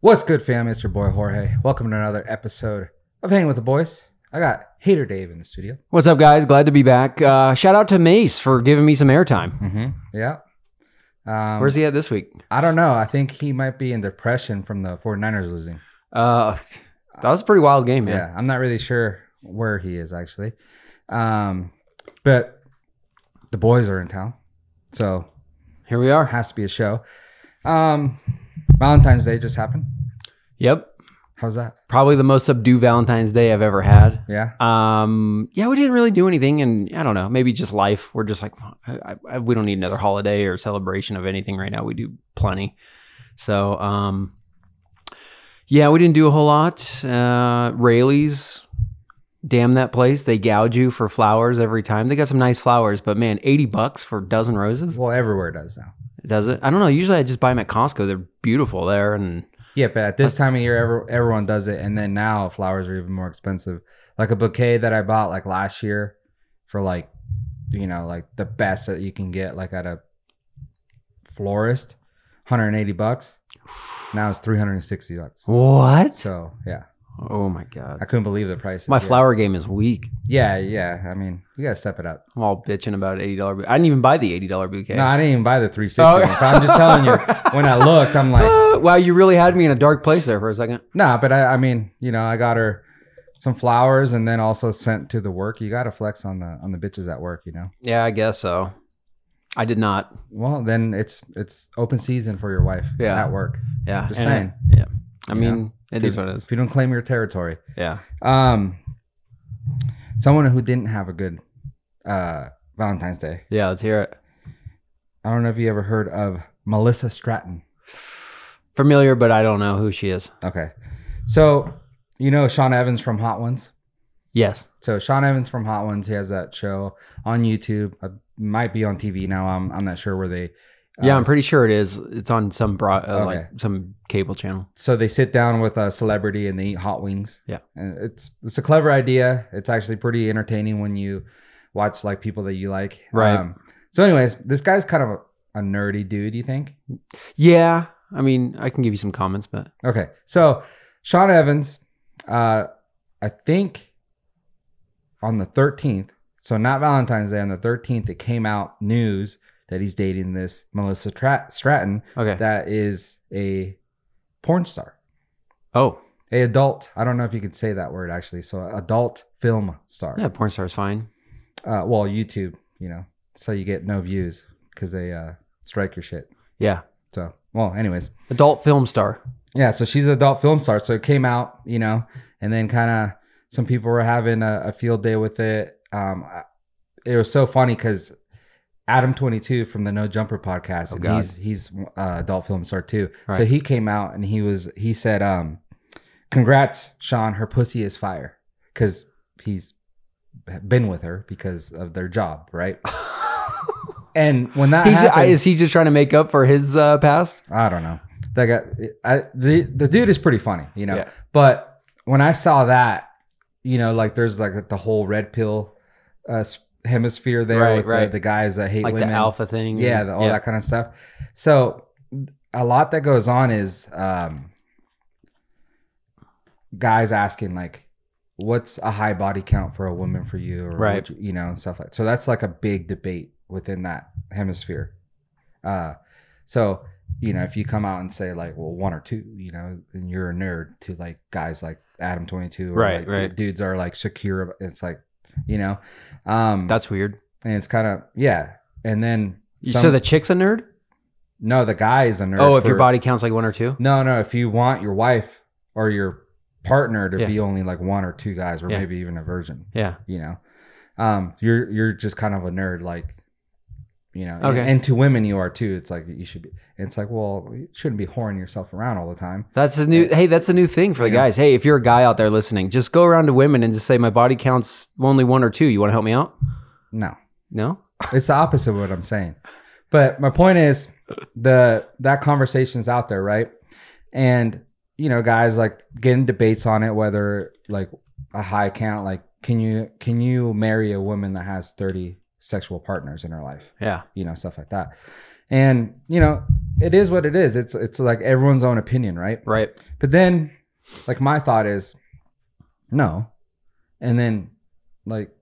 What's good, fam? It's your boy Jorge. Welcome to another episode of Hanging with the Boys. I got Hater Dave in the studio. What's up, guys? Glad to be back. Uh, shout out to Mace for giving me some airtime. Mm-hmm. Yeah. Um, Where's he at this week? I don't know. I think he might be in depression from the 49ers losing. Uh, that was a pretty wild game, man. Yeah, I'm not really sure where he is actually. Um, but the boys are in town, so Here we are. has to be a show. Um, Valentine's Day just happened. Yep. How's that? Probably the most subdued Valentine's Day I've ever had. Yeah. Um, yeah, we didn't really do anything, and I don't know, maybe just life. We're just like, I, I, we don't need another holiday or celebration of anything right now. We do plenty. So, um, yeah, we didn't do a whole lot. Uh, Rayleigh's, damn that place. They gouge you for flowers every time. They got some nice flowers, but man, 80 bucks for a dozen roses? Well, everywhere does now. Does it? I don't know. Usually I just buy them at Costco. They're beautiful there. And Yeah, but at this time of year, every, everyone does it, and then now flowers are even more expensive. Like a bouquet that I bought like last year for like, you know, like the best that you can get like at a florist, 180 bucks. Now it's 360 bucks. what? So yeah, oh my God. I couldn't believe the price. My flower game is weak. Yeah, yeah. I mean, you gotta step it up. I'm all bitching about an eighty dollar. bouquet. I didn't even buy the eighty dollar bouquet. No, I didn't even buy the 360. Oh. one, but I'm just telling you. When I looked, I'm like, Uh, wow, you really had me in a dark place there for a second. Nah, but I, I mean, you know, I got her some flowers and then also sent to the work. You got to flex on the on the bitches at work, you know. Yeah, I guess so. I did not. Well, then it's it's open season for your wife Yeah. at work. Yeah, Just and- saying. Yeah, I You mean, it If is you- what it is. If you don't claim your territory, Yeah. um, someone who didn't have a good uh Valentine's Day. Yeah. Let's hear it. I don't know if you ever heard of Melissa Stratton. Familiar, but I don't know who she is. Okay, so you know Sean Evans from Hot Ones. Yes. So Sean Evans from Hot Ones, he has that show on YouTube. Uh, might be on TV now. I'm I'm not sure where they. uh, Yeah, I'm pretty sure it is. It's on some broad, uh, like Okay. some cable channel. So they sit down with a celebrity and they eat hot wings. Yeah. and it's it's a clever idea. It's actually pretty entertaining when you watch like people that you like. Um, Right. so, anyways, this guy's kind of a, a nerdy dude. You think? Yeah. I mean, I can give you some comments, but Okay, so Sean Evans, uh, I think on the 13th, so not Valentine's Day, on the 13th, it came out news that he's dating this Melissa Tra- Stratton okay. that is a porn star, oh, a adult. I don't know if you could say that word actually. So adult film star. yeah, porn star is fine. Uh, well, YouTube, you know, so you get no views because they uh, strike your shit. Yeah, So, well, anyways. adult film star. Yeah, so she's an adult film star. So it came out, you know, and then kind of some people were having a, a field day with it. Um, I- it was so funny because Adam Twenty Two from the No Jumper podcast, Oh, and God. he's he's uh, adult film star too. So Right. he came out and he was he said, um, "Congrats, Sean. Her pussy is fire." Because he's been with her because of their job, right? and when that He's happened, I, is he just trying to make up for his uh, past? I don't know. That guy, I, the the dude is pretty funny, you know. Yeah. But when I saw that, you know, like there's like the whole red pill uh, s- hemisphere there Right, with the- right. The, guys that hate Like women, the alpha thing. yeah, the, all that kind of stuff. So a lot that goes on is um, guys asking like, "What's a high body count for a woman for you?" Or Right. would you, you know, and stuff like. So that's like a big debate within that hemisphere. Uh, so you know, if you come out and say like, well, one or two, you know, then you're a nerd to like guys like Adam Twenty Two, Right, like, right. Dudes are like secure. It's like, you know, um, That's weird. and it's kind of yeah. And then so some- the chick's a nerd. no, the guy is a nerd. Oh, if your for- body counts like one or two. No, no. If you want your wife or your partner to Yeah. be only like one or two guys, or Yeah. maybe even a virgin, Yeah. you know, um, you're you're just kind of a nerd, like, you know. Okay. And, and to women, you are too. It's like you should be. It's like, well, you shouldn't be whoring yourself around all the time. That's the new. Hey, that's the new thing for the Yeah. guys. Hey, if you're a guy out there listening, just go around to women and just say my body counts only one or two. You want to help me out? No, No. it's the opposite of what I'm saying. But my point is, the that conversation's out there, right? And you know, guys like getting debates on it, whether like a high count, like can you can you marry a woman that has thirty sexual partners in her life, Yeah. you know, stuff like that. And you know, it is what it is. It's it's like everyone's own opinion, right? Right. But then, like my thought is, no. And then, like,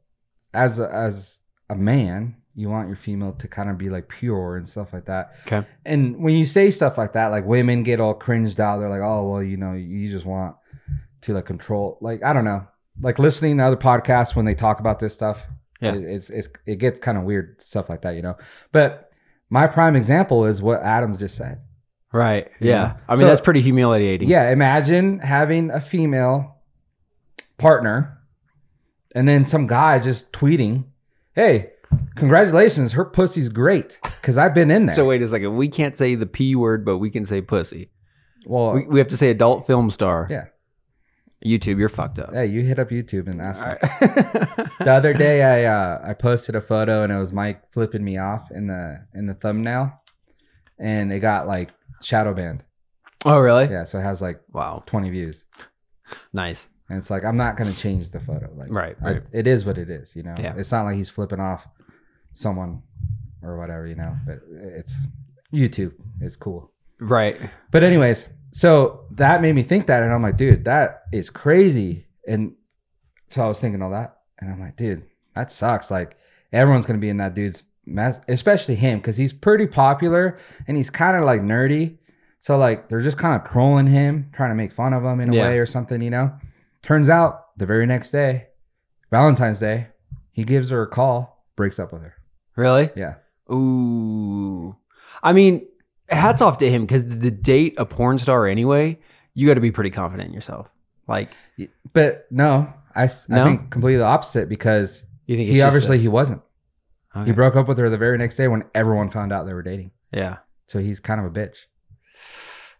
as a, as a man, you want your female to kind of be like pure and stuff like that. Okay. And when you say stuff like that, like women get all cringed out. They're like, oh well, you know, you just want to like control. Like I don't know. Like listening to other podcasts when they talk about this stuff. Yeah. It, it's it's it gets kind of weird stuff like that, you know. But my prime example is what Adam just said. Right. Yeah. You know? I mean, So- that's pretty humiliating. Yeah, imagine having a female partner and then some guy just tweeting, "Hey, congratulations, her pussy's great cuz I've been in there." So wait a second. We can't say the p word, but we can say pussy. well, We, we have to say adult film star. Yeah. YouTube, you're fucked up. hey, you hit up YouTube and ask. All me. right. The other day I uh, I posted a photo and it was Mike flipping me off in the in the thumbnail and it got like shadow banned. oh, really? Yeah, so it has like Wow. 20 views. Nice. And it's like I'm not gonna change the photo. Like Right, I- right. it is what it is, you know. Yeah. It's not like he's flipping off someone or whatever, you know. But it's YouTube is cool. Right. But anyways, so that made me think that, and I'm like, dude, that is crazy. And so I was thinking all that, and I'm like, dude, that sucks. Like everyone's gonna be in that dude's mess, especially him, because he's pretty popular and he's kind of like nerdy. So like they're just kind of trolling him, trying to make fun of him in a Yeah. way or something, you know. Turns out the very next day, Valentine's Day, he gives her a call, breaks up with her. Really? Yeah. Ooh. I mean, hats off to him because to date a porn star anyway, you got to be pretty confident in yourself. Like, But no, I, s- No? I think completely the opposite because you think he obviously he wasn't. he He broke up with her the very next day when everyone found out they were dating. yeah So he's kind of a bitch,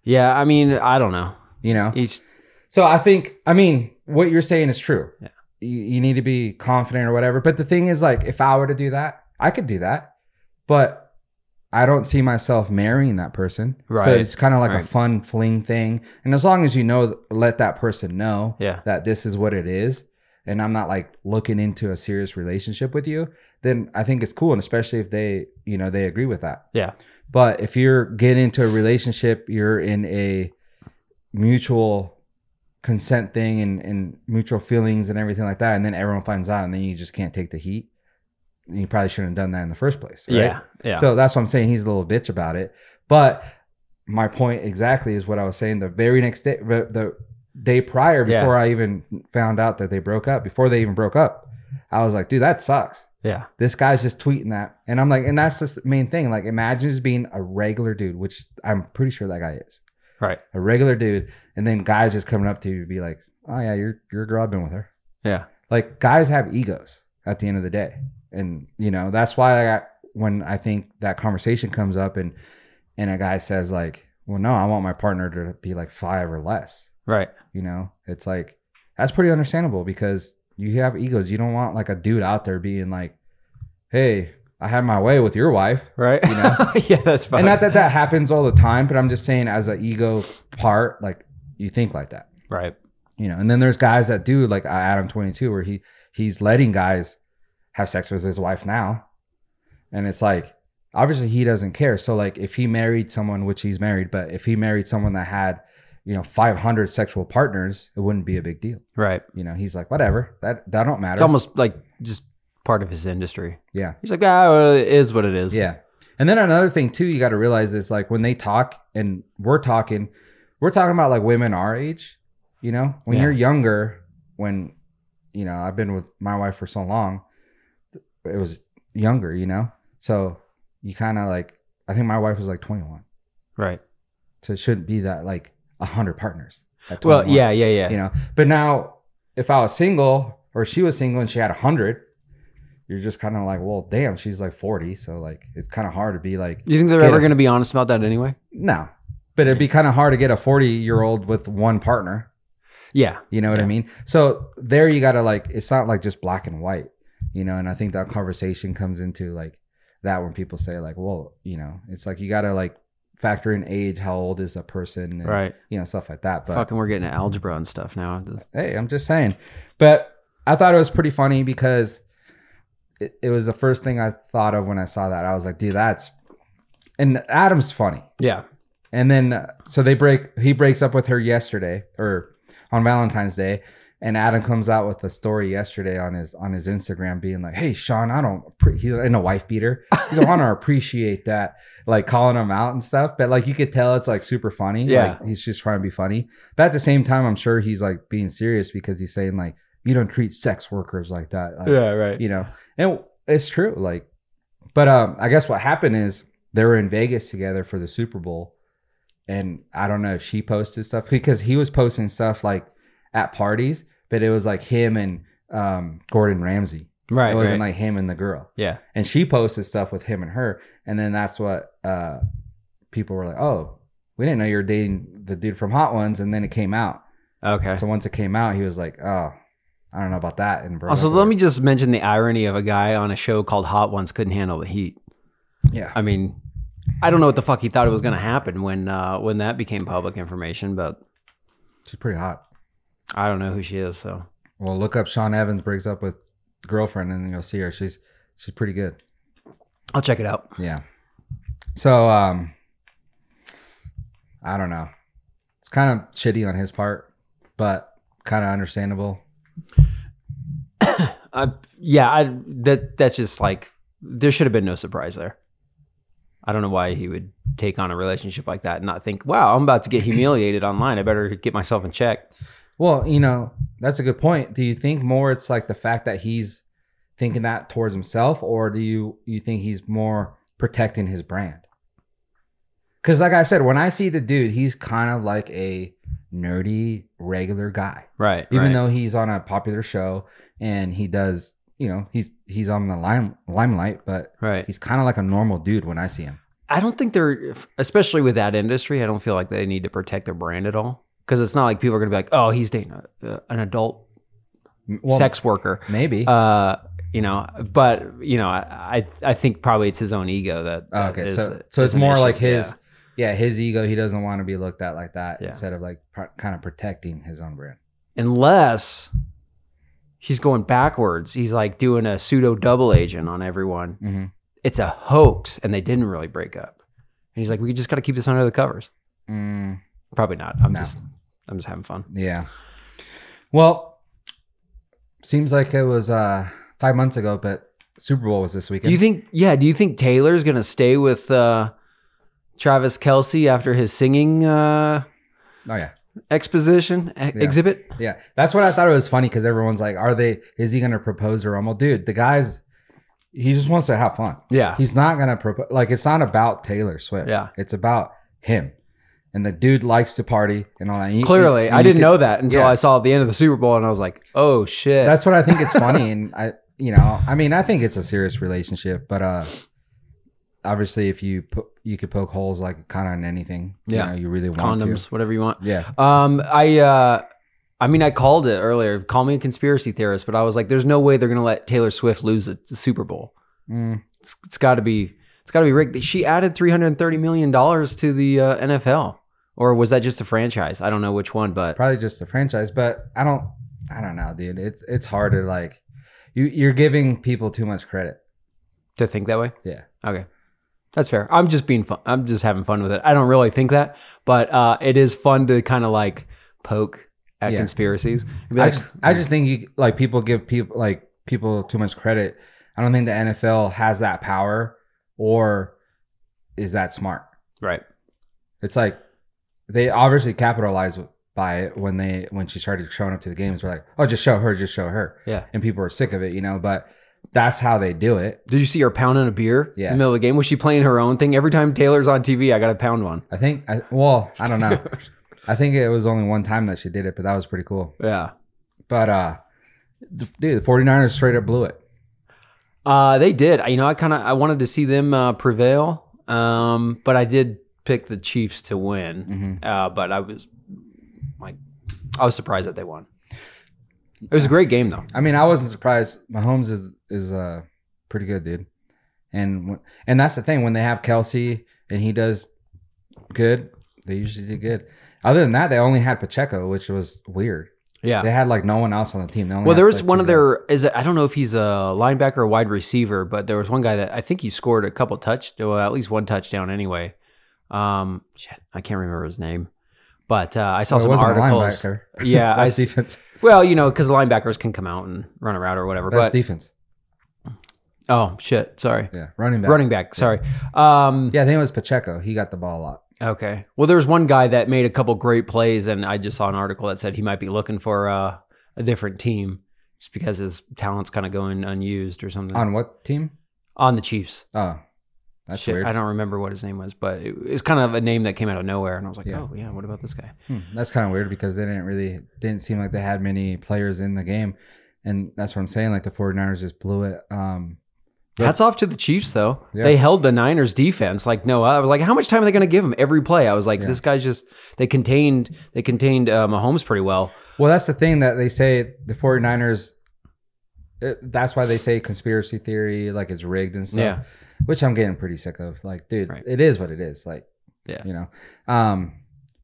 yeah. I mean, I don't know. you know? Each So I think, I mean, what you're saying is true. Yeah. You, you need to be confident or whatever. But the thing is, like, if I were to do that, I could do that. But I don't see myself marrying that person. Right. So it's kind of like Right. a fun fling thing. And as long as you know, let that person know yeah that this is what it is and I'm not like looking into a serious relationship with you, then I think it's cool. And especially if they, you know, they agree with that. Yeah. But if you're getting into a relationship, you're in a mutual consent thing and, and mutual feelings and everything like that. And then everyone finds out and then you just can't take the heat. You probably shouldn't have done that in the first place. Right? yeah yeah. So that's what I'm saying. He's a little bitch about it. But my point exactly is what I was saying. The very next day, the the day prior, Yeah. before I even found out that they broke up, before they even broke up, I was like, dude, that sucks. yeah. This guy's just tweeting that. And I'm like, and that's the main thing. Like, imagine just being a regular dude, which I'm pretty sure that guy is. Right. A regular dude. And then guys just coming up to you to be like, oh, yeah, you're, you're a girl. I've been with her. Yeah. Like, guys have egos at the end of the day. And, you know, that's why I got, when I think that conversation comes up and, and a guy says, like, well, no, I want my partner to be like five or less, Right. you know, it's like, that's pretty understandable because you have egos. You don't want like a dude out there being like, hey, I had my way with your wife. Right. You know? yeah. That's fine. And not that that happens all the time, but I'm just saying, as an ego part, like you think like that, Right. you know. And then there's guys that do like uh, Adam 22, where he he's letting guys have sex with his wife now, and it's like obviously he doesn't care. So like if he married someone, which he's married, but if he married someone that had you know 500 sexual partners, it wouldn't be a big deal. Right. You know, he's like whatever that that don't matter. It's almost like just part of his industry. yeah. He's like, ah, well, it is what it is. Yeah. And then another thing too, you got to realize is like when they talk and we're talking, we're talking about like women our age, you know, when Yeah. you're younger, when, you know, I've been with my wife for so long, it was younger, you know? So you kind of like, I think my wife was like 21. Right. So it shouldn't be that like a hundred partners. at Well, 21, yeah, yeah, yeah. You know, but now if I was single or she was single and she had a hundred, you're just kind of like, well, damn, she's like 40. So like, it's kind of hard to be like, You think they're Get ever it. going to be honest about that anyway? No, but it'd be kind of hard to get a 40 year old with one partner. Yeah. You know what Yeah. I mean? So there you got to like, it's not like just black and white, you know? And I think that conversation comes into like that when people say, like, well, you know, it's like you got to like factor in age, how old is a person, and, Right. you know, stuff like that. But Fucking, we're getting algebra and stuff now. Just- hey, I'm just saying. But I thought it was pretty funny because it, it was the first thing I thought of when I saw that. I was like, dude, that's and Adam's funny. Yeah. And then uh, so they break he breaks up with her yesterday or on Valentine's Day and Adam comes out with a story yesterday on his on his Instagram being like, "Hey Sean, I don't appre-" he's in a wife beater. He's like, I don't appreciate that like calling him out and stuff, but like you could tell it's like super funny. Yeah. Like, he's just trying to be funny. But at the same time, I'm sure he's like being serious because he's saying like you don't treat sex workers like that. Like, Yeah. Right. you know and it's true like but um i guess what happened is they were in vegas together for the super bowl and i don't know if she posted stuff because he was posting stuff like at parties but it was like him and um gordon ramsay Right. it wasn't right. like him and the girl yeah. and she posted stuff with him and her and then that's what uh people were like oh we didn't know you were dating the dude from hot ones and then it came out Okay. so once it came out he was like oh i don't know about that and broke Also, up Oh, let with me just mention the irony of a guy on a show called Hot Ones couldn't handle the heat. her. yeah I mean, I don't know what the fuck he thought it was going to happen when uh, when that became public information, but she's pretty hot I don't know who she is. So Well, look up Sean Evans breaks up with girlfriend, and then you'll see her. She's she's pretty good. I'll check it out. Yeah. So um, I don't know. It's kind of shitty on his part, but kind of understandable. I, yeah, I that that's just like there should have been no surprise there. I don't know why he would take on a relationship like that and not think, "Wow, I'm about to get humiliated online. I better get myself in check." Well, you know that's a good point. Do you think more it's like the fact that he's thinking that towards himself, or do you you think he's more protecting his brand? Because, like I said, when I see the dude, he's kind of like a nerdy regular guy. Right. even right. though he's on a popular show and he does you know he's he's on the lime, limelight but right. he's kind of like a normal dude when i see him I don't think they're, especially with that industry, I don't feel like they need to protect their brand at all. Because it's not like people are going to be like, oh, he's dating a, uh, an adult M- well, sex worker. maybe Uh, you know, but, you know, I, I I think probably it's his own ego that. Oh, that okay is- so so is it's an more issue. like his Yeah. yeah. his ego he doesn't want to be looked at like that Yeah. instead of like pr- kind of protecting his own brand Unless he's going backwards. He's like doing a pseudo double agent on everyone. hmm It's a hoax and they didn't really break up. And he's like, we just got to keep this under the covers. mm, Probably not. I'm No. just, I'm just having fun. yeah well seems like it was uh five months ago but super bowl was this weekend Do you think? Yeah. Do you think Taylor's gonna stay with uh, Travis Kelsey after his singing uh, oh yeah exposition e- Yeah. exhibit? Yeah, that's what I thought it was funny because everyone's like, "Are they? Is he gonna propose to her?" I'm like, dude, the guy's he just wants to have fun. Yeah. He's not gonna propose. Like, it's not about Taylor Swift. Yeah. it's about him. And the dude likes to party and all that. You- Clearly, you- I you didn't could- know that until yeah. I saw the end of the Super Bowl, and I was like, "Oh shit!" That's what I think it's funny, and I, you know, I mean, I think it's a serious relationship, but uh, obviously, if you put, you could poke holes like kind of in anything. you, Yeah. know, you really want condoms, whatever you want. to. Yeah, Um, I, uh, I mean, I called it earlier. Call me a conspiracy theorist, but I was like, "There's no way they're gonna let Taylor Swift lose a a Super Bowl. Mm, It's, it's got to be, it's got to be rigged." She added 330 million dollars to the uh, NFL, or was that just a franchise? I don't know which one, but probably just the franchise, but I don't, I don't know, dude. It's it's hard to like, you you're giving people too much credit. To think that way? Yeah. Okay. That's fair. I'm just being fun. I'm just having fun with it. I don't really think that, but uh, it is fun to kind of like poke at Yeah. conspiracies. Be I like, just, I just think you like people give people like people too much credit. I don't think the NFL has that power or is that smart. right. It's like they obviously capitalized by it when they when she started showing up to the games. We're like, oh, just show her, just show her, Yeah. and people are sick of it, you know. But that's how they do it. Did you see her pounding a beer Yeah. in the middle of the game? Was she playing her own thing? Every time Taylor's on TV, I got to pound one. I think. I, well, I don't know. I think it was only one time that she did it, but that was pretty cool. Yeah. But uh, the- dude, the 49ers straight up blew it. Uh, they did. I- You know, I kind of I wanted to see them uh, prevail, um, but I did pick the Chiefs to win. Mm-hmm. Uh, but I was like, I was surprised that they won. It was a great game though. I mean, I wasn't surprised. Mahomes is is uh pretty good, dude. And w- and that's the thing when they have Kelsey and he does good, they usually do good. Other than that, they only had Pacheco, which was weird. Yeah. They had like no one else on the team. They only Well, had, there was like, one two of their is it, I don't know if he's a linebacker or wide receiver, but there was one guy that I think he scored a couple touch, well, at least one touchdown anyway. Um, shit, I can't remember his name, but uh, I saw guys. Well, it some wasn't a articles. linebacker. Yeah, I That's see. defense. Well, you know, because linebackers can come out and run a route or whatever. That's But defense. oh shit, sorry, Yeah, running back. running back. Sorry. Um, Yeah, I think it was Pacheco. He got the ball a lot. Okay. Well, there's one guy that made a couple great plays, and I just saw an article that said he might be looking for uh, a different team just because his talent's kind of going unused or something On what team? on the Chiefs. Oh, that's Shit, weird. I don't remember what his name was, but it, it's kind of a name that came out of nowhere, and I was like, Yeah. oh yeah, what about this guy? Hmm, that's kind of weird because they didn't really didn't seem like they had many players in the game, and that's what I'm saying. Like the 49ers just blew it. Um, Yeah. Hats off to the Chiefs though. Yeah. They held the Niners defense like no. I was like, how much time are they going to give him every play? I was like, Yeah. this guy's just they contained they contained uh, Mahomes pretty well. well, that's the thing that they say the 49ers. It, that's why they say conspiracy theory, like it's rigged and stuff. Yeah. which I'm getting pretty sick of. Like, dude, Right. it is what it is. Like, Yeah. you know. Um,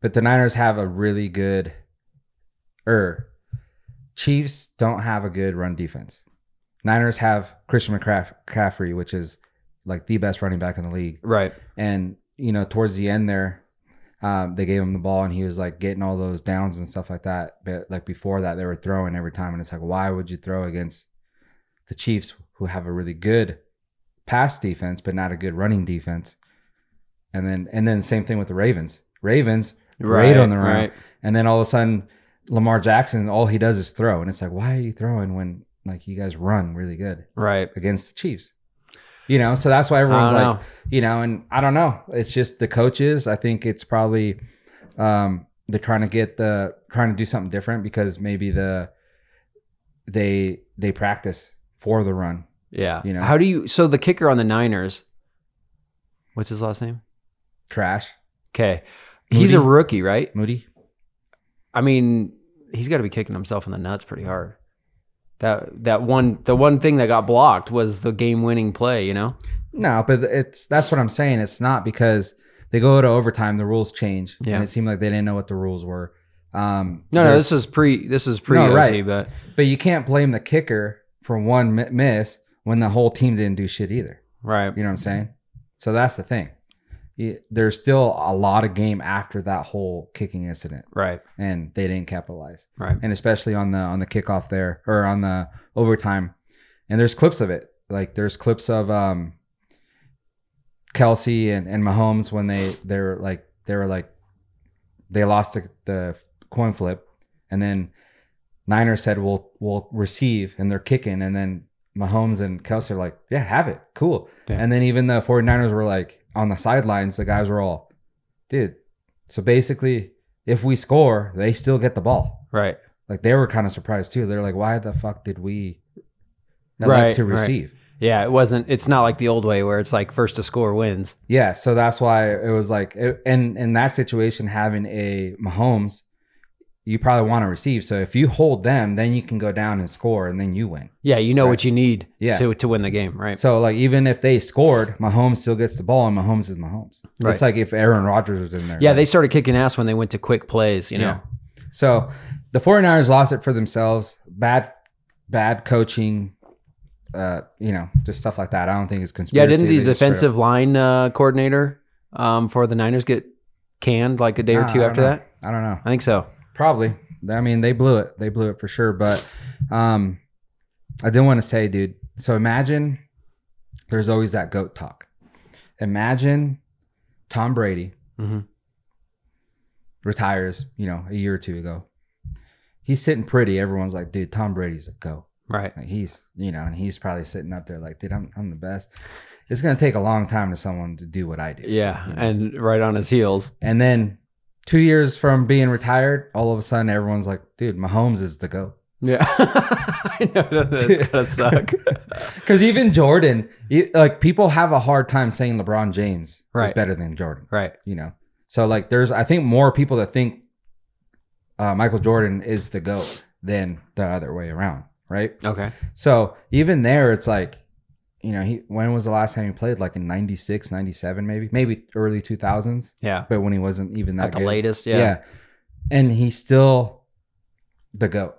but the Niners have a really good, er, Chiefs don't have a good run defense. Niners have Christian McCaff- McCaffrey, which is like the best running back in the league. Right. And you know, towards the end there, um, they gave him the ball, and he was like getting all those downs and stuff like that. But like before that, they were throwing every time, and it's like, why would you throw against the Chiefs, who have a really good pass defense but not a good running defense? And then and then same thing with the Ravens. Ravens, Right on the run. and then all of a sudden, Lamar Jackson, all he does is throw, and it's like, why are you throwing when like you guys run really good Right. against the Chiefs? You know, so that's why everyone's I like, don't know. you know, and I don't know. It's just the coaches. I think it's probably um, they're trying to get the trying to do something different because maybe the they they practice for the run. Yeah. You know? How do you so the kicker on the Niners? What's his last name? Trash Okay. He's a Moody? rookie, right? Moody. I mean, he's got to be kicking himself in the nuts pretty hard. That that one the one thing that got blocked was the game-winning play, you know? No, but it's that's what I'm saying. It's not because they go to overtime. The rules change, Yeah. and it seemed like they didn't know what the rules were. Um, No, no, there's- this is pre this is pre No, OT, right. but but you can't blame the kicker for one mi- miss when the whole team didn't do shit either. right. You know what I'm saying? So that's the thing. Y- There's still a lot of game after that whole kicking incident, Right. and they didn't capitalize. Right. And especially on the on the kickoff there or on the overtime. And there's clips of it. Like there's clips of um Kelsey and, and Mahomes when they they were like they were like they lost the, the coin flip, and then Niners said we'll we'll receive, and they're kicking, and then Mahomes and Kelsey are like, yeah, have it, cool. Yeah. And then even the 49ers were like on the sidelines, the guys were all, dude. So basically, if we score, they still get the ball. Right. Like they were kind of surprised too. They're like, why the fuck did we elect Right, to right. receive? Yeah, it wasn't it's not like the old way where it's like first to score wins. Yeah, so that's why it was like, it, and in that situation, having a Mahomes, you probably want to receive. So if you hold them, then you can go down and score, and then you win. Yeah, you know Right. what you need Yeah. to to win the game, right? So like, even if they scored, Mahomes still gets the ball, and Mahomes is Mahomes. Right. It's like if Aaron Rodgers was in there. yeah, they started kicking ass when they went to quick plays, you know. So the 49ers lost it for themselves. Bad, bad coaching. Uh, you know, just stuff like that. I don't think it's Yeah, conspiracy. didn't the They just straight up- defensive line uh, coordinator um, for the Niners get canned like a day or Nah, two I don't after know. that? I don't know. I think so. Probably. I mean, they blew it. They blew it for sure. But um, I did want to say, dude. So imagine there's always that goat talk. Imagine Tom Brady hmm retires. You know, a year or two ago. He's sitting pretty. Everyone's like, dude, Tom Brady's a goat. Right. Like he's, you know, and he's probably sitting up there like, dude, I'm, I'm the best. It's gonna take a long time to someone to do what I do. Yeah, You know? and right on his heels. And then two years from being retired, all of a sudden everyone's like, dude, Mahomes is the goat. Yeah, I know that- that's gotta suck. Because even Jordan, e- like people have a hard time saying LeBron James is Right. better than Jordan. right. You know, so like there's I think more people that think uh, Michael Jordan is the goat than the other way around, right? Okay. So even there, it's like, you know, he when was the last time he played? Like in 96, 97, maybe, maybe early 2000s, Yeah. but when he wasn't even that At the good. latest. Yeah. And he still the goat.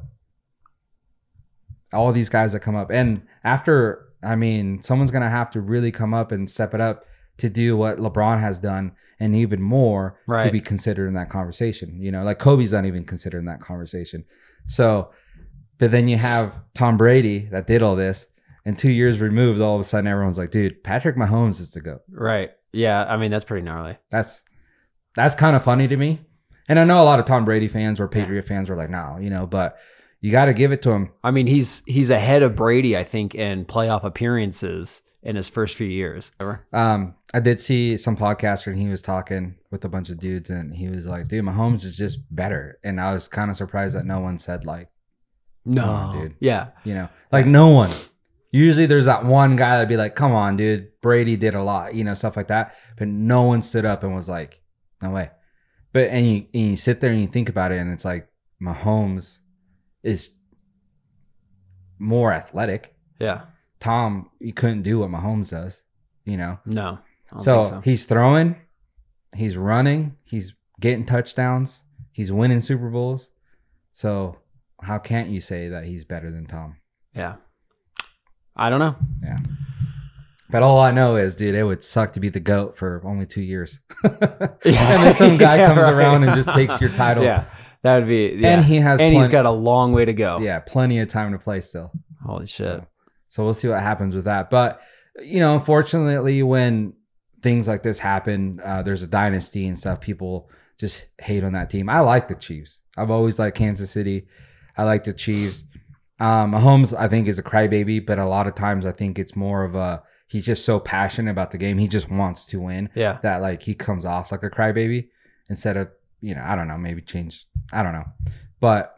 All these guys that come up, and after, I mean, someone's gonna have to really come up and step it up to do what LeBron has done, and even more to Right. be considered in that conversation. You know, like Kobe's not even considered in that conversation. So, but then you have Tom Brady that did all this, and two years removed, all of a sudden everyone's like, dude, Patrick Mahomes is the goat. Right. Yeah. I mean, that's pretty gnarly. That's that's kind of funny to me. And I know a lot of Tom Brady fans or Patriot fans were like, no, you know, but you got to give it to him. I mean, he's he's ahead of Brady, I think, in playoff appearances in his first few years. Um, I did see some podcaster and he was talking with a bunch of dudes and he was like, dude, Mahomes is just better. And I was kind of surprised that no one said like, Come on, Oh, dude. Yeah. you know, like no one. Usually there's that one guy that'd be like, come on, dude, Brady did a lot, you know, stuff like that. But no one stood up and was like, no way. But, and you, and you sit there and you think about it and it's like, Mahomes is more athletic. Yeah. Tom, he couldn't do what Mahomes does, you know. No. I don't So, think he's throwing, he's running, he's getting touchdowns, he's winning Super Bowls. So how can't you say that he's better than Tom? yeah. I don't know. But all I know is, dude, it would suck to be the goat for only two years, and then some guy Yeah, comes right. around and just takes your title. Yeah. That would be. Yeah. and And, he has he's plen- got a long way to go. yeah plenty of time to play still. Holy shit. So, so we'll see what happens with that. But you know, unfortunately, when things like this happen, uh, there's a dynasty and stuff. People just hate on that team. I like the Chiefs. I've always liked Kansas City. I like the Chiefs. Um, Mahomes, I think, is a crybaby, but a lot of times I think it's more of a he's just so passionate about the game. He just wants to win Yeah. that like he comes off like a crybaby instead of you know I don't know maybe change I don't know, but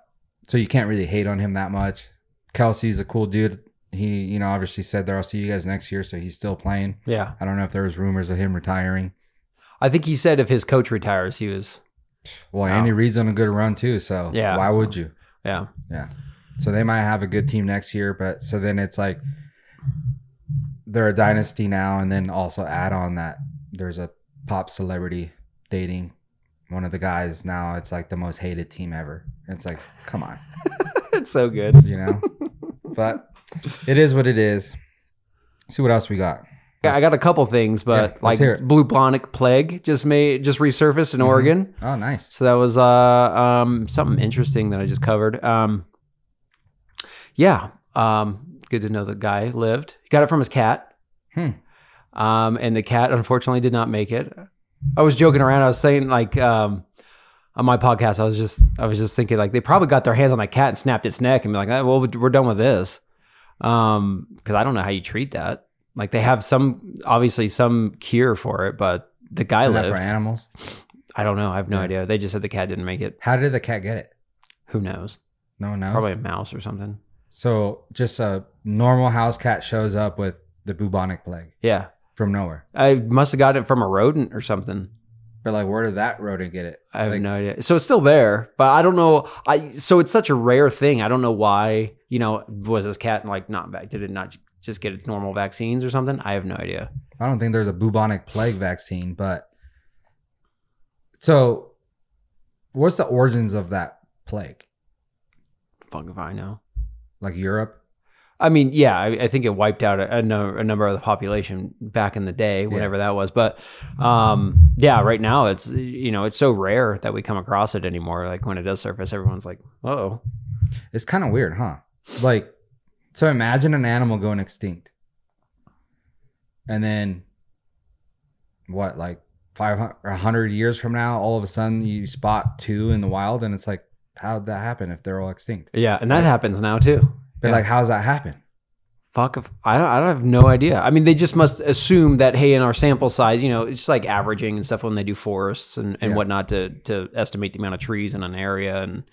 so you can't really hate on him that much. Kelsey's a cool dude. He you know obviously said there I'll see you guys next year, so he's still playing. Yeah. I don't know if there was rumors of him retiring. I think he said if his coach retires, he was. Well, Wow. Andy Reid's on a good run too, so Yeah, why so- would you? Yeah. So they might have a good team next year, but so then it's like they're a dynasty now, and then also add on that there's a pop celebrity dating one of the guys now. It's like the most hated team ever. It's like, come on, it's so good. you know. but it is what it is. see what else we got. Yeah, I got a couple things, but let's like hear it. bubonic plague just made just resurfaced in Mhm. Oregon. Oh, nice. So that was uh um something interesting that I just covered. Um yeah. Um good to know the guy lived. He got it from his cat. Hmm. Um and the cat unfortunately did not make it. I was joking around. I was saying like um on my podcast, I was just I was just thinking like they probably got their hands on that cat and snapped its neck and be like, "Ah, well, we're done with this. Um, because I don't know how you treat that. Like they have some obviously some cure for it, but the guy Isn't that lived. for animals. I don't know. I have no Yeah. idea. They just said the cat didn't make it. How did the cat get it? Who knows? No one knows. Probably a mouse or something. So just a normal house cat shows up with the bubonic plague Yeah. from nowhere. I must have gotten it from a rodent or something. But like, where did that rodent get it? I have Like- no idea. So it's still there, but I don't know. I so it's such a rare thing. I don't know why. You know, was this cat like not back? Did it not j- just get its normal vaccines or something? I have no idea. I don't think there's a bubonic plague vaccine, but so what's the origins of that plague? Fuck if I know. Like Europe? I mean, yeah, I, I think it wiped out a, a, no, a number of the population back in the day, whenever that was. But um, yeah, right now it's you know it's so rare that we come across it anymore. Like when it does surface, everyone's like, "Oh, It's kind of weird, huh? Like, so imagine an animal going extinct. And then what, like 500 or 100 years from now, all of a sudden you spot two in the wild and it's like, how'd that happen if they're all extinct? yeah," and that happens now too. But Yeah. like, how's that happen? Fuck, if, I don't, I don't have no idea. I mean, they just must assume that hey, in our sample size, you know, it's just like averaging and stuff when they do forests and, and Yeah. whatnot to to estimate the amount of trees in an area and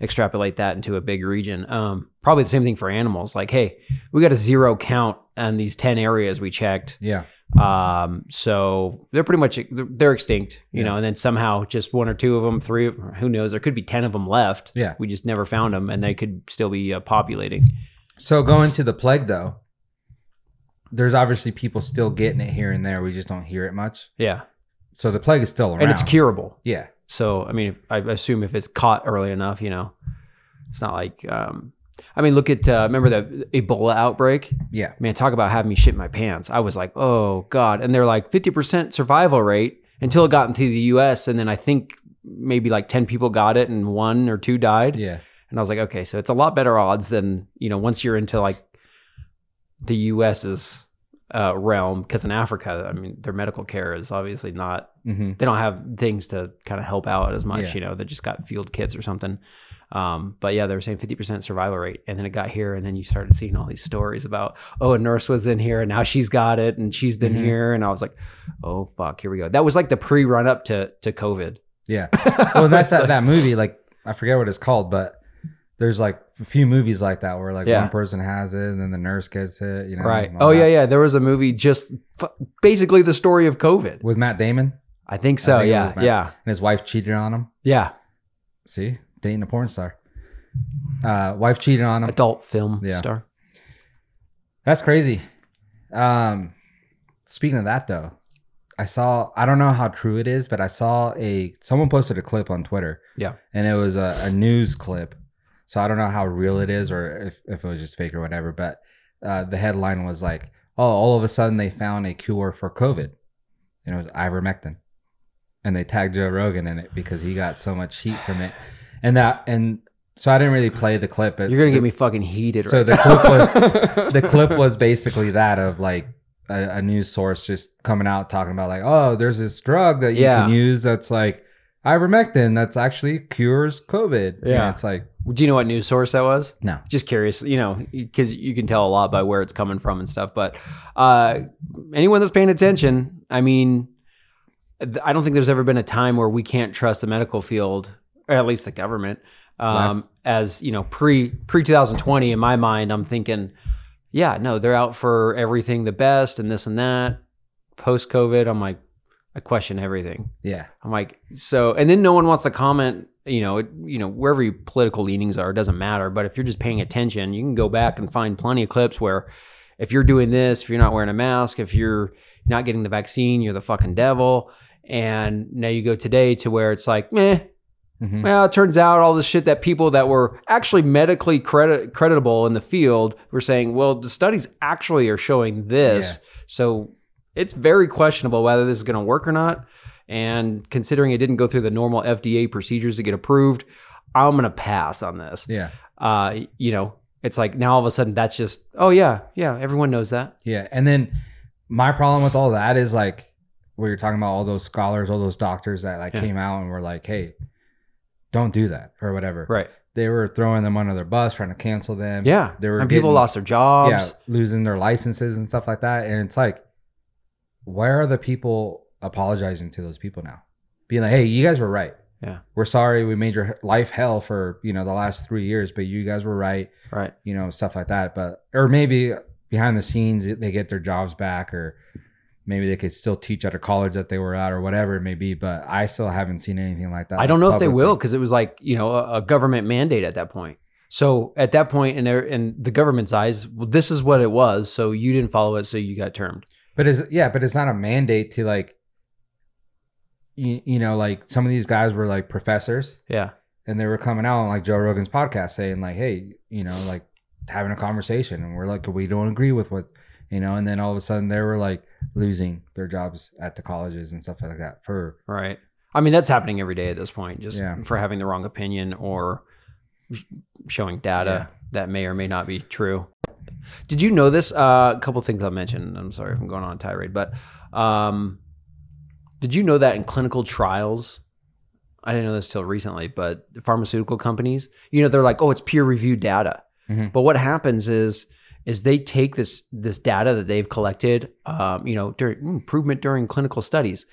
extrapolate that into a big region. Um, probably the same thing for animals. Like, hey, we got a zero count on these ten areas we checked. Yeah. Um, so they're pretty much they're extinct, you Yeah. know. And then somehow just one or two of them, three, who knows? There could be ten of them left. Yeah. We just never found them, and they could still be uh, populating. So going to the plague though, there's obviously people still getting it here and there. We just don't hear it much. Yeah, So the plague is still around. and it's curable. Yeah. So I mean, I assume if it's caught early enough, you know, It's not like, um, I mean, look at, uh, remember the Ebola outbreak? Yeah. Man, talk about having me shit my pants. I was like, oh God. And they're like 50% survival rate until it got into the US. And then I think maybe like 10 people got it and one or two died. Yeah. And I was like, okay, so it's a lot better odds than, you know, once you're into like the US's uh, realm, because in Africa, I mean, their medical care is obviously not, hmm they don't have things to kind of help out as much, Yeah. you know, they just got field kits or something. Um, but yeah, they were saying 50% survival rate. And then it got here, and then you started seeing all these stories about, oh, a nurse was in here and now she's got it and she's been Mhm. here. And I was like, oh, fuck, here we go. That was like the pre run up to, to COVID. Yeah. Well, that's It's that, like- that movie. Like I forget what it's called, but there's like a few movies like that where like Yeah. one person has it and then the nurse gets it. You know. Right. and all Oh yeah, that. yeah. There was a movie just f- basically the story of COVID. With Matt Damon I think so. think it yeah, was Matt. yeah, and his wife cheated on him. yeah. See, dating a porn star. Uh, wife cheated on him. Adult film Yeah. star. That's crazy. Um, speaking of that though, I saw I don't know how true it is, but I saw a someone posted a clip on Twitter. Yeah. and it was a, a news clip, so I don't know how real it is or if if it was just fake or whatever. But uh, the headline was like, "Oh, all of a sudden they found a cure for COVID," and it was ivermectin, and they tagged Joe Rogan in it because he got so much heat from it, and that and so I didn't really play the clip. But You're gonna the- get me fucking heated. So right the now. clip the clip was basically that of like a, a news source just coming out talking about like, oh, there's this drug that you Yeah. can use that's like ivermectin that's actually cures COVID. And Yeah. it's like Do you know what news source that was? No. Just curious, you know, because you can tell a lot by where it's coming from and stuff. But uh, anyone that's paying attention, I mean, th- I don't think there's ever been a time where we can't trust the medical field, or at least the government. Um, Last- as you know, pre pre 2020, in my mind, I'm thinking, yeah, no, they're out for everything the best and this and that. Post COVID, I'm like, I question everything. yeah, I'm like, so, and then no one wants to comment, you know, it, you know, wherever your political leanings are, it doesn't matter. But if you're just paying attention, you can go back and find plenty of clips where if you're doing this, if you're not wearing a mask, if you're not getting the vaccine, you're the fucking devil. And now you go today to where it's like, meh, Mhm. well, it turns out all the shit that people that were actually medically credit, creditable in the field were saying, well, the studies actually are showing this. So it's very questionable whether this is going to work or not. And considering it didn't go through the normal FDA procedures to get approved, I'm going to pass on this. yeah, Uh, you know, it's like now all of a sudden that's just, oh, yeah, yeah, everyone knows that. yeah. And then my problem with all that is like where you're talking about all those scholars, all those doctors that like Yeah. came out and were like, hey, don't do that or whatever. Right. They were throwing them under their bus, trying to cancel them. Yeah. They were and people getting- lost their jobs. yeah, losing their licenses and stuff like that. And it's like, where are the people apologizing to those people now? Being like, hey, you guys were right. Yeah. We're sorry we made your life hell for, you know, the last three years, but you guys were right, Right. you know, stuff like that. But, or maybe behind the scenes, they get their jobs back or maybe they could still teach at a college that they were at or whatever it may be. But I still haven't seen anything like that. I don't know if they publicly. will because it was like you know a, a government mandate at that point. So at that point, in their, in the government's eyes, well, this is what it was. So you didn't follow it, so you got termed. But is yeah, but it's not a mandate to like, you, you know, like some of these guys were like professors. Yeah, and they were coming out on like Joe Rogan's podcast saying like, hey, you know, like having a conversation, and we're like, we don't agree with what, you know, and then all of a sudden they were like losing their jobs at the colleges and stuff like that for right. I mean that's happening every day at this point, just Yeah. for having the wrong opinion or sh- showing data that may or may not be true. Did you know this? Uh, a couple things I'll mention. I'm sorry if I'm going on a tirade, but um, did you know that in clinical trials I didn't know this till recently, but pharmaceutical companies, you know, they're like, oh, it's peer reviewed data. Mhm. But what happens is, is they take this this data that they've collected, um, you know, during improvement during clinical studies.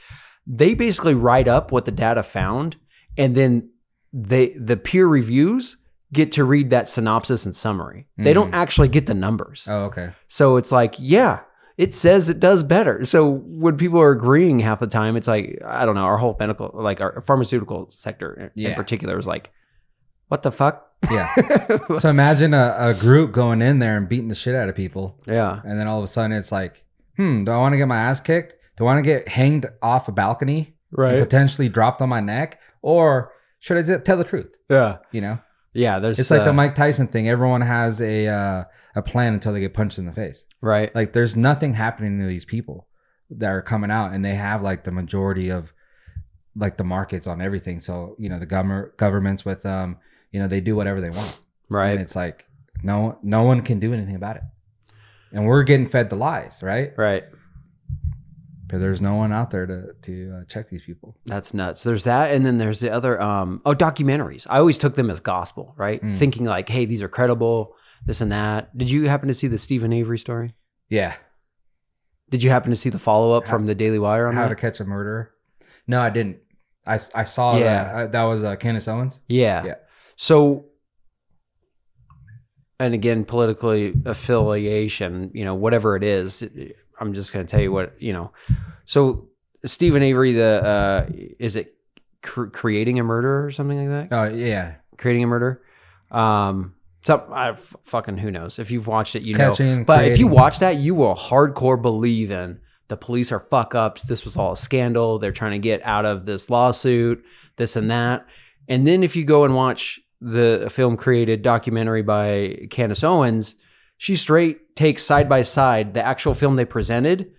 They basically write up what the data found, and then they the peer reviews get to read that synopsis and summary. They don't Mhm. actually get the numbers. oh okay So it's like, yeah, it says it does better. So when people are agreeing half the time, it's like, I don't know, our whole medical, like our pharmaceutical sector in- in Yeah. particular is like, what the fuck? yeah. so imagine a, a group going in there and beating the shit out of people, yeah. and then all of a sudden it's like, hmm, do I want to get my ass kicked? Do I want to get hanged off a balcony and potentially dropped on my neck, or should I t- tell the truth? Yeah. You know, Yeah, there's It's like uh, the Mike Tyson thing. Everyone has a uh, a plan until they get punched in the face. right. Like there's nothing happening to these people that are coming out, and they have like the majority of like the markets on everything. So you know the government governments with um you know they do whatever they want, and Right. it's like no no one can do anything about it, and we're getting fed the lies, right? Right. But there's no one out there to to uh, check these people. That's nuts. There's that, and then there's the other. Um, oh, documentaries. I always took them as gospel, right? Mm. Thinking like, hey, these are credible, this and that. Did you happen to see the Stephen Avery story? Yeah, Did you happen to see the follow up How- from the Daily Wire on How that? to Catch a Murderer? No, I didn't. I I saw Yeah. that I, that was uh, Candace Owens. Yeah. Yeah. So, and again, politically affiliation, you know, whatever it is, I'm just going to tell you what, you know. So, Stephen Avery, the, uh, is it cr- creating a murder or something like that? Oh yeah, Creating a murder? Um, some, I f- fucking who knows. If you've watched it, you know. catching. But if you creating. watch that, you will hardcore believe in the police are fuck ups. This was all a scandal. They're trying to get out of this lawsuit, this and that. And then if you go and watch the film created documentary by Candace Owens, she straight takes side by side the actual film they presented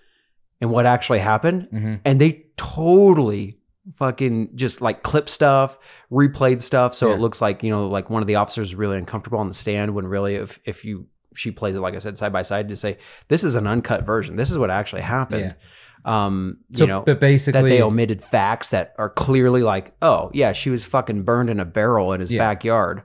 and what actually happened. Mhm. And they totally fucking just like clip stuff, replayed stuff. So Yeah. it looks like, you know, like one of the officers is really uncomfortable on the stand when really if if you she plays it like I said side by side to say this is an uncut version. This is what actually happened. Um, so, you know, but that basically, they omitted facts that are clearly like, oh yeah, she was fucking burned in a barrel in his Yeah. backyard.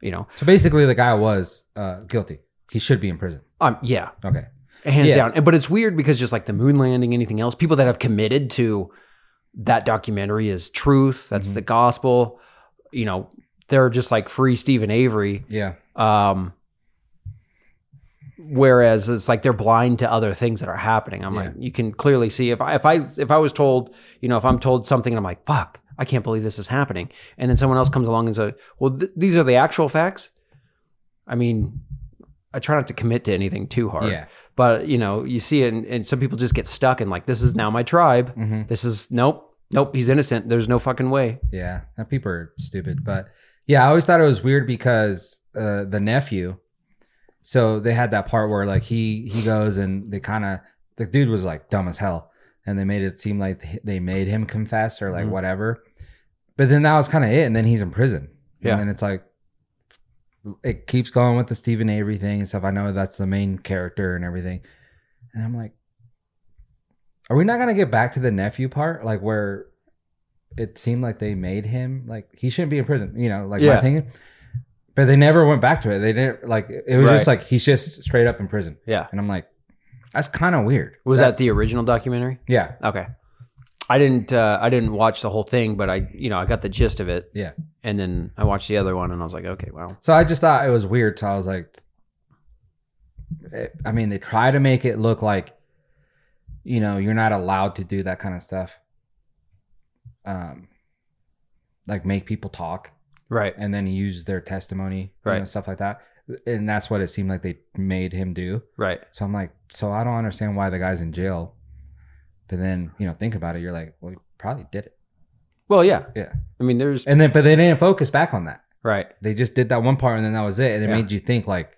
You know, so basically, the guy was uh, guilty. He should be in prison. um, yeah, Okay. hands Yeah. down. And- But it's weird because just like the moon landing, anything else, people that have committed to that documentary is truth. That's Mhm. the gospel. You know, they're just like free Stephen Avery. Yeah. Um, whereas it's like they're blind to other things that are happening. I'm Yeah. like, you can clearly see if I if I if I was told, you know, if I'm told something, and I'm like, fuck, I can't believe this is happening. And then someone else comes along and says, well, th- these are the actual facts. I mean, I try not to commit to anything too hard Yeah. but you know you see it and, and some people just get stuck and like this is now my tribe hmm this is nope nope he's innocent there's no fucking way Yeah. Now, people are stupid, but yeah, I always thought it was weird because uh, the nephew. So they had that part where like he he goes and they kind of the dude was like dumb as hell, and they made it seem like they made him confess or like Mhm. whatever. But then that was kind of it, and then he's in prison. Yeah. And then it's like it keeps going with the Stephen Avery thing and stuff. I know that's the main character and everything, and I'm like, are we not gonna get back to the nephew part, like where it seemed like they made him like he shouldn't be in prison, you know, like my Yeah. thing. But they never went back to it. They didn't like it was just Right. like he's just straight up in prison. yeah And I'm like, that's kind of weird. was that, the original documentary Yeah. okay i didn't uh, i didn't watch the whole thing but i you know i got the gist of it Yeah. and then i watched the other one and i was like okay wow So I just thought it was weird. So I was like, eh, I mean, they try to make it look like, you know, you're not allowed to do that kind of stuff. Um, like make people talk right and then use their testimony, you Right. know, stuff like that. And that's what it seemed like they made him do. right So I'm like, so I don't understand why the guy's in jail. But then, you know, think about it. You're like, well, he probably did it. well yeah Yeah. i mean there's And then, but they didn't focus back on that. right They just did that one part and then that was it. And it Yeah. made you think, like,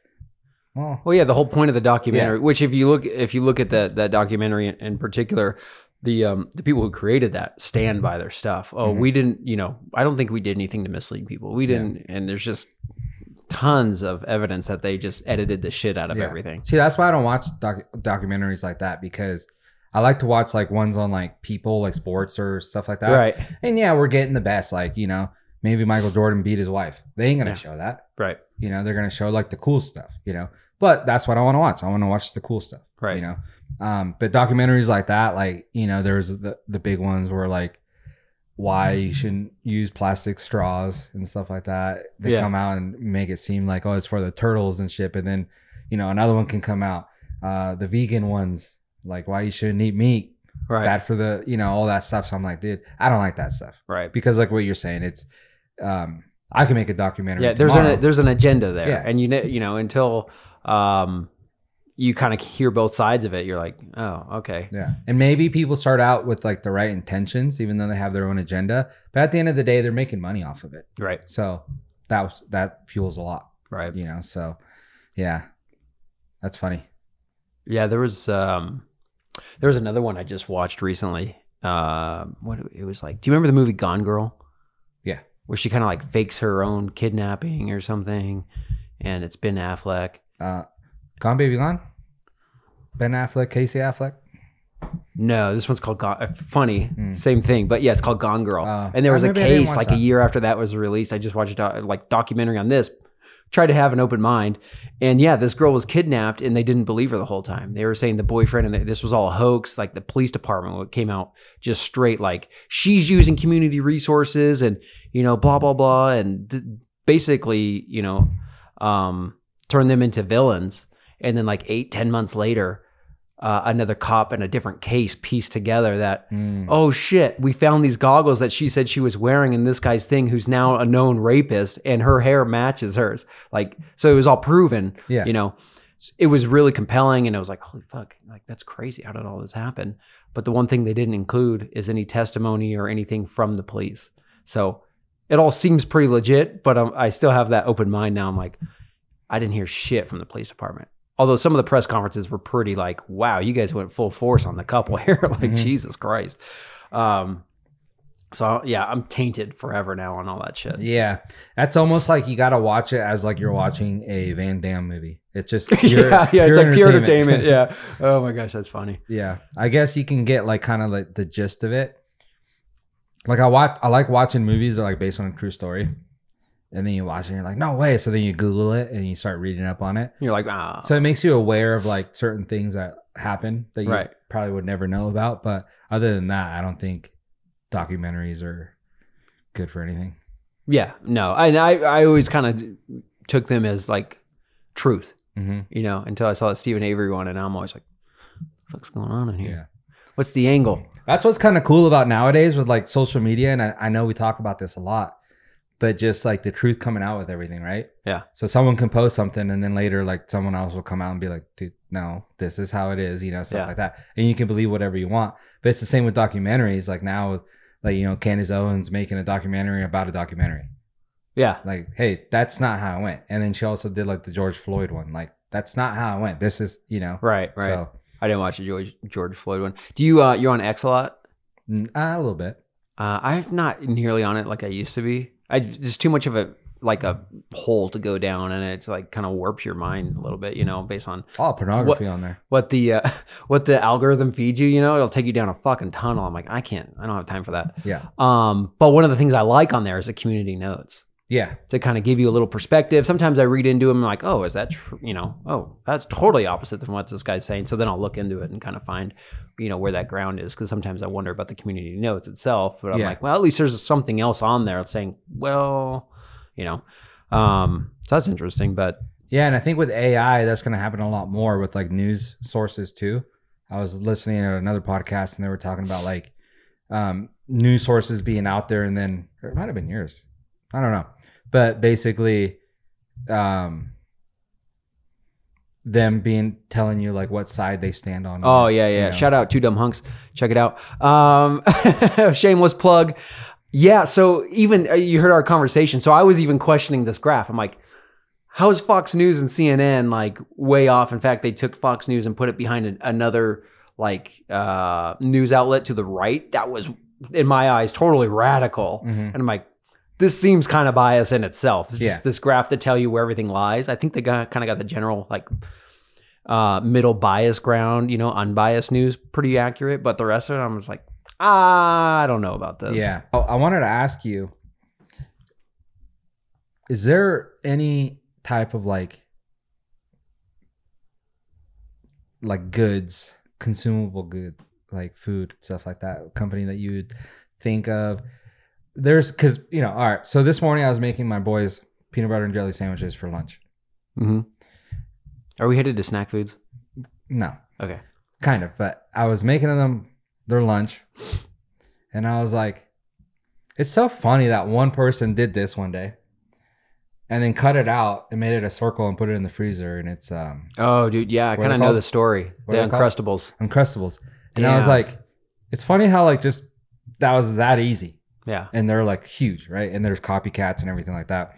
well, Well, yeah, the whole point of the documentary, which if you look if you look at that that documentary in, in particular, the um the people who created that stand by their stuff. Oh, Mhm. we didn't, you know, I don't think we did anything to mislead people. We Yeah. didn't, and there's just tons of evidence that they just edited the shit out of Yeah. everything. see, that's why I don't watch doc- documentaries like that because I like to watch like ones on like people, like sports or stuff like that. Right, And yeah, we're getting the best. Like, you know, maybe Michael Jordan beat his wife. They ain't going to Yeah. show that. right, You know, they're going to show like the cool stuff, you know, but that's what I want to watch. I want to watch the cool stuff. right. you know um but documentaries like that like you know there's the, the big ones where like why you shouldn't use plastic straws and stuff like that they Yeah. come out and make it seem like oh it's for the turtles and shit but then you know another one can come out uh the vegan ones like why you shouldn't eat meat right, bad for the you know all that stuff so i'm like dude i don't like that stuff right. because like what you're saying it's um i can make a documentary Yeah, there's tomorrow. an there's an agenda there, Yeah. and you know, you know, until um, you kind of hear both sides of it, you're like, oh, okay, Yeah. And maybe people start out with like the right intentions, even though they have their own agenda. But at the end of the day, they're making money off of it. right, So that was that fuels a lot, right? you know. So, yeah, that's funny. Yeah, there was um there was another one I just watched recently. Uh, what it was like. Do you remember the movie Gone Girl? Yeah. Where she kind of like fakes her own kidnapping or something and it's Ben Affleck. Uh, Gone Baby Gone. Ben Affleck, Casey Affleck. No, this one's called Gone uh, funny. Mm. Same thing, but yeah, it's called Gone Girl. Oh. and there Oh, was a maybe I didn't case watch like a that. year after that was released. I just watched a doc- like documentary on this. Tried to have an open mind, and yeah, this girl was kidnapped, and they didn't believe her the whole time. They were saying the boyfriend, and that this was all a hoax. Like the police department came out just straight, like she's using community resources, and you know, blah blah blah, and th- basically, you know, um, turn them into villains. And then like eight, ten months later, uh, another cop and a different case pieced together that Mm. oh shit, we found these goggles that she said she was wearing in this guy's thing who's now a known rapist and her hair matches hers. Like, so it was all proven, yeah, you know. It was really compelling and it was like, holy fuck, like that's crazy. How did all this happen? But the one thing they didn't include is any testimony or anything from the police. So it all seems pretty legit, but um, I still have that open mind now. I'm like, I didn't hear shit from the police department. Although some of the press conferences were pretty like, wow, you guys went full force on the couple here. like, Mhm. Jesus Christ. Um, so yeah, I'm tainted forever now on all that shit. yeah. That's almost like you gotta watch it as like you're watching a Van Damme movie. It's just pure- yeah, yeah, it's like pure entertainment. entertainment. yeah. Oh my gosh, that's funny. Yeah, I guess you can get like kind of like the gist of it. Like I watch, I like watching movies that are like based on a true story, and then you watch it and you're like, no way. So then you Google it and you start reading up on it. You're like, ah, So it makes you aware of like certain things that happen that you Right. probably would never know about. But other than that, I don't think documentaries are good for anything. yeah, no. And I, I always kind of took them as like truth, Mm-hmm. you know, until I saw that Stephen Avery one, and I'm always like, what the fuck's going on in here? Yeah. What's the angle? That's what's kind of cool about nowadays with like social media, and I, I know we talk about this a lot, but just like the truth coming out with everything, right? Yeah. So someone can post something, and then later, like someone else will come out and be like, "Dude, no, this is how it is," you know, stuff Yeah. like that, and you can believe whatever you want. But it's the same with documentaries. Like now, like you know, Candace Owens making a documentary about a documentary. Yeah, Like, hey, that's not how it went. And then she also did like the George Floyd one. Like, that's not how it went. This is, you know, right, right. so I didn't watch the George, George Floyd one. Do you? Uh, you're on X a lot. mm, ah, a little bit. Uh, I've not nearly on it like I used to be. I just too much of a like a hole to go down, and it's like kind of warps your mind a little bit, you know, based on All pornography on there. what the uh, what the algorithm feeds you. You know, it'll take you down a fucking tunnel. I'm like, I can't. I don't have time for that. Yeah. Um, but one of the things I like on there is the community notes Yeah. to kind of give you a little perspective. Sometimes I read into them like, oh, is that tr-? you know, oh, that's totally opposite than what this guy's saying. So then I'll look into it and kind of find, you know, where that ground is because sometimes I wonder about the community notes itself. But I'm Yeah. like, well, at least there's something else on there saying, well, you know, um, so that's interesting. But Yeah, and I think with AI, that's going to happen a lot more with like news sources too. I was listening to another podcast and they were talking about like um, news sources being out there, and then or it might have been yours. I don't know, but basically, um, them being telling you like what side they stand on. Oh yeah, yeah. you know. Shout out to Dumb Hunks. Check it out. Um, shameless plug. Yeah. So even uh, you heard our conversation. So I was even questioning this graph. I'm like, how is Fox News and CNN like way off? In fact, they took Fox News and put it behind an, another like uh, news outlet to the right. That was, in my eyes, totally radical. Mhm. And I'm like, this seems kind of biased in itself. It's Yeah. this graph to tell you where everything lies. I think they got kind of got the general like uh, middle bias ground, you know, unbiased news pretty accurate, but the rest of it, I'm just like, ah, I don't know about this. Yeah. Oh, I wanted to ask you is there any type of like like goods, consumable goods, like food, stuff like that, company that you would think of? There's cuz you know, all right. So this morning I was making my boys peanut butter and jelly sandwiches for lunch. hmm Are we headed to snack foods? No, Okay. kind of, but I was making them their lunch and I was like, it's so funny that one person did this one day and then cut it out and made it a circle and put it in the freezer and it's um Oh, dude. Yeah. I What are kind they of know called? the story. What are the they called? Uncrustables. Uncrustables. And I was Damn. like, it's funny how like just that was that easy Yeah. and they're like huge, right? And there's copycats and everything like that.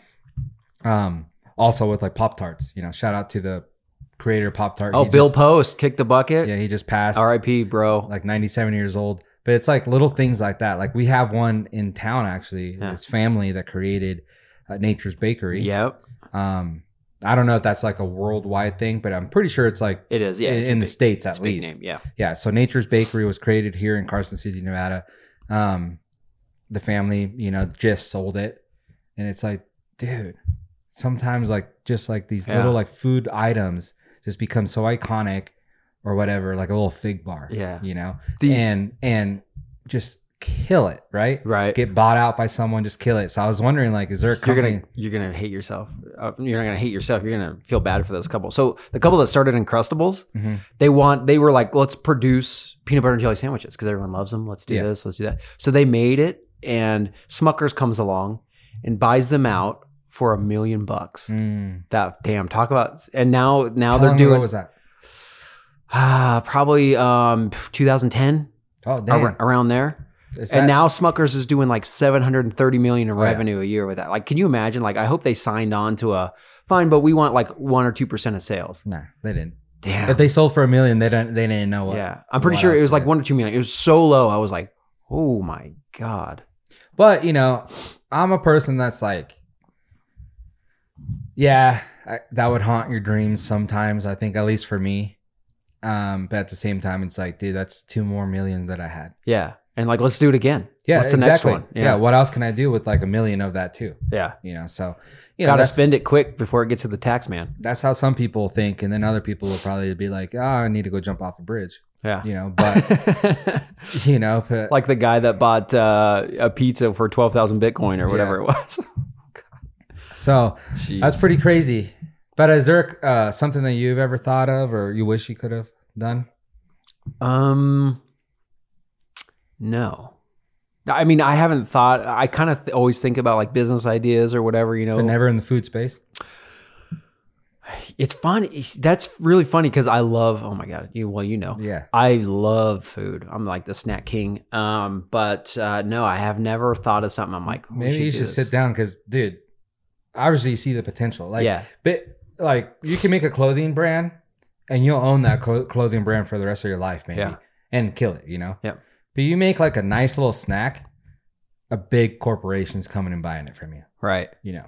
Um, also with like Pop Tarts, you know, shout out to the creator of Pop Tart. Oh, He Bill just- Post kicked the bucket. Yeah, he just passed. R.I.P. Bro. like 97 years old. But it's like little things like that. Like we have one in town actually. Yeah. This family that created uh, Nature's Bakery. Yep, Um, I don't know if that's like a worldwide thing, but I'm pretty sure it's like it is. Yeah, in, it's a in the big- states it's at a big least. name, Yeah, Yeah. So Nature's Bakery was created here in Carson City, Nevada. Um, the family, you know, just sold it, and it's like, dude, sometimes like just like these Yeah. little like food items just become so iconic or whatever, like a little fig bar. Yeah. You know The- and and just kill it, right? right. Get bought out by someone, just kill it. So I was wondering, like, is there a you're company? gonna you're gonna hate yourself. Uh, you're not gonna hate yourself. You're gonna feel bad for this couple. So the couple that started Encrustables, Mhm. they want they were like, let's produce peanut butter and jelly sandwiches because everyone loves them. Let's do Yeah. this. Let's do that. So they made it, and Smuckers comes along and buys them out for a million bucks. Mm. That damn talk about. And now now How they're long ago doing was that? ah, probably um 2010 Oh, ar- damn. around, there. Is and that- now Smuckers is doing like 730 million in Oh, yeah. revenue a year with that. Like, can you imagine? Like, I hope they signed on to a fine, but we want like one or two percent of sales. nah, they didn't. Damn. If they sold for a million, they don't. They didn't know what. yeah, I'm pretty what sure it else was they like did. one or two million. It was so low. I was like, oh my god. But you know, I'm a person that's like, yeah, I, that would haunt your dreams sometimes. I think, at least for me. Um, but at the same time, it's like, dude, that's two more millions that I had. Yeah, and like, let's do it again. Yeah, What's the next exactly. one? Yeah. Yeah. what else can I do with like a million of that too? Yeah, You know, so you know, gotta that's- spend it quick before it gets to the tax man. that's how some people think and then other people will probably be like oh i need to go jump off a bridge Yeah. you know but you know but like the guy that bought uh, a pizza for twelve thousand Bitcoin or whatever it was. so that's Jeez. pretty crazy but is there uh, something that you've ever thought of or you wish you could have done Um, no. No, I mean, I haven't thought. I kind of th- always think about like business ideas or whatever, you know. but never in the food space it's fun. That's really funny because I love. Oh my god! You well, you know, yeah I love food. I'm like the snack king. Um, but uh, no, I have never thought of something. I'm like, we maybe you do should this. sit down because dude obviously you see the potential like yeah, but like you can make a clothing brand and you'll own that clo- clothing brand for the rest of your life maybe Yeah. and kill it you know Yeah. but you make like a nice little snack a big corporation's coming and buying it from you right. you know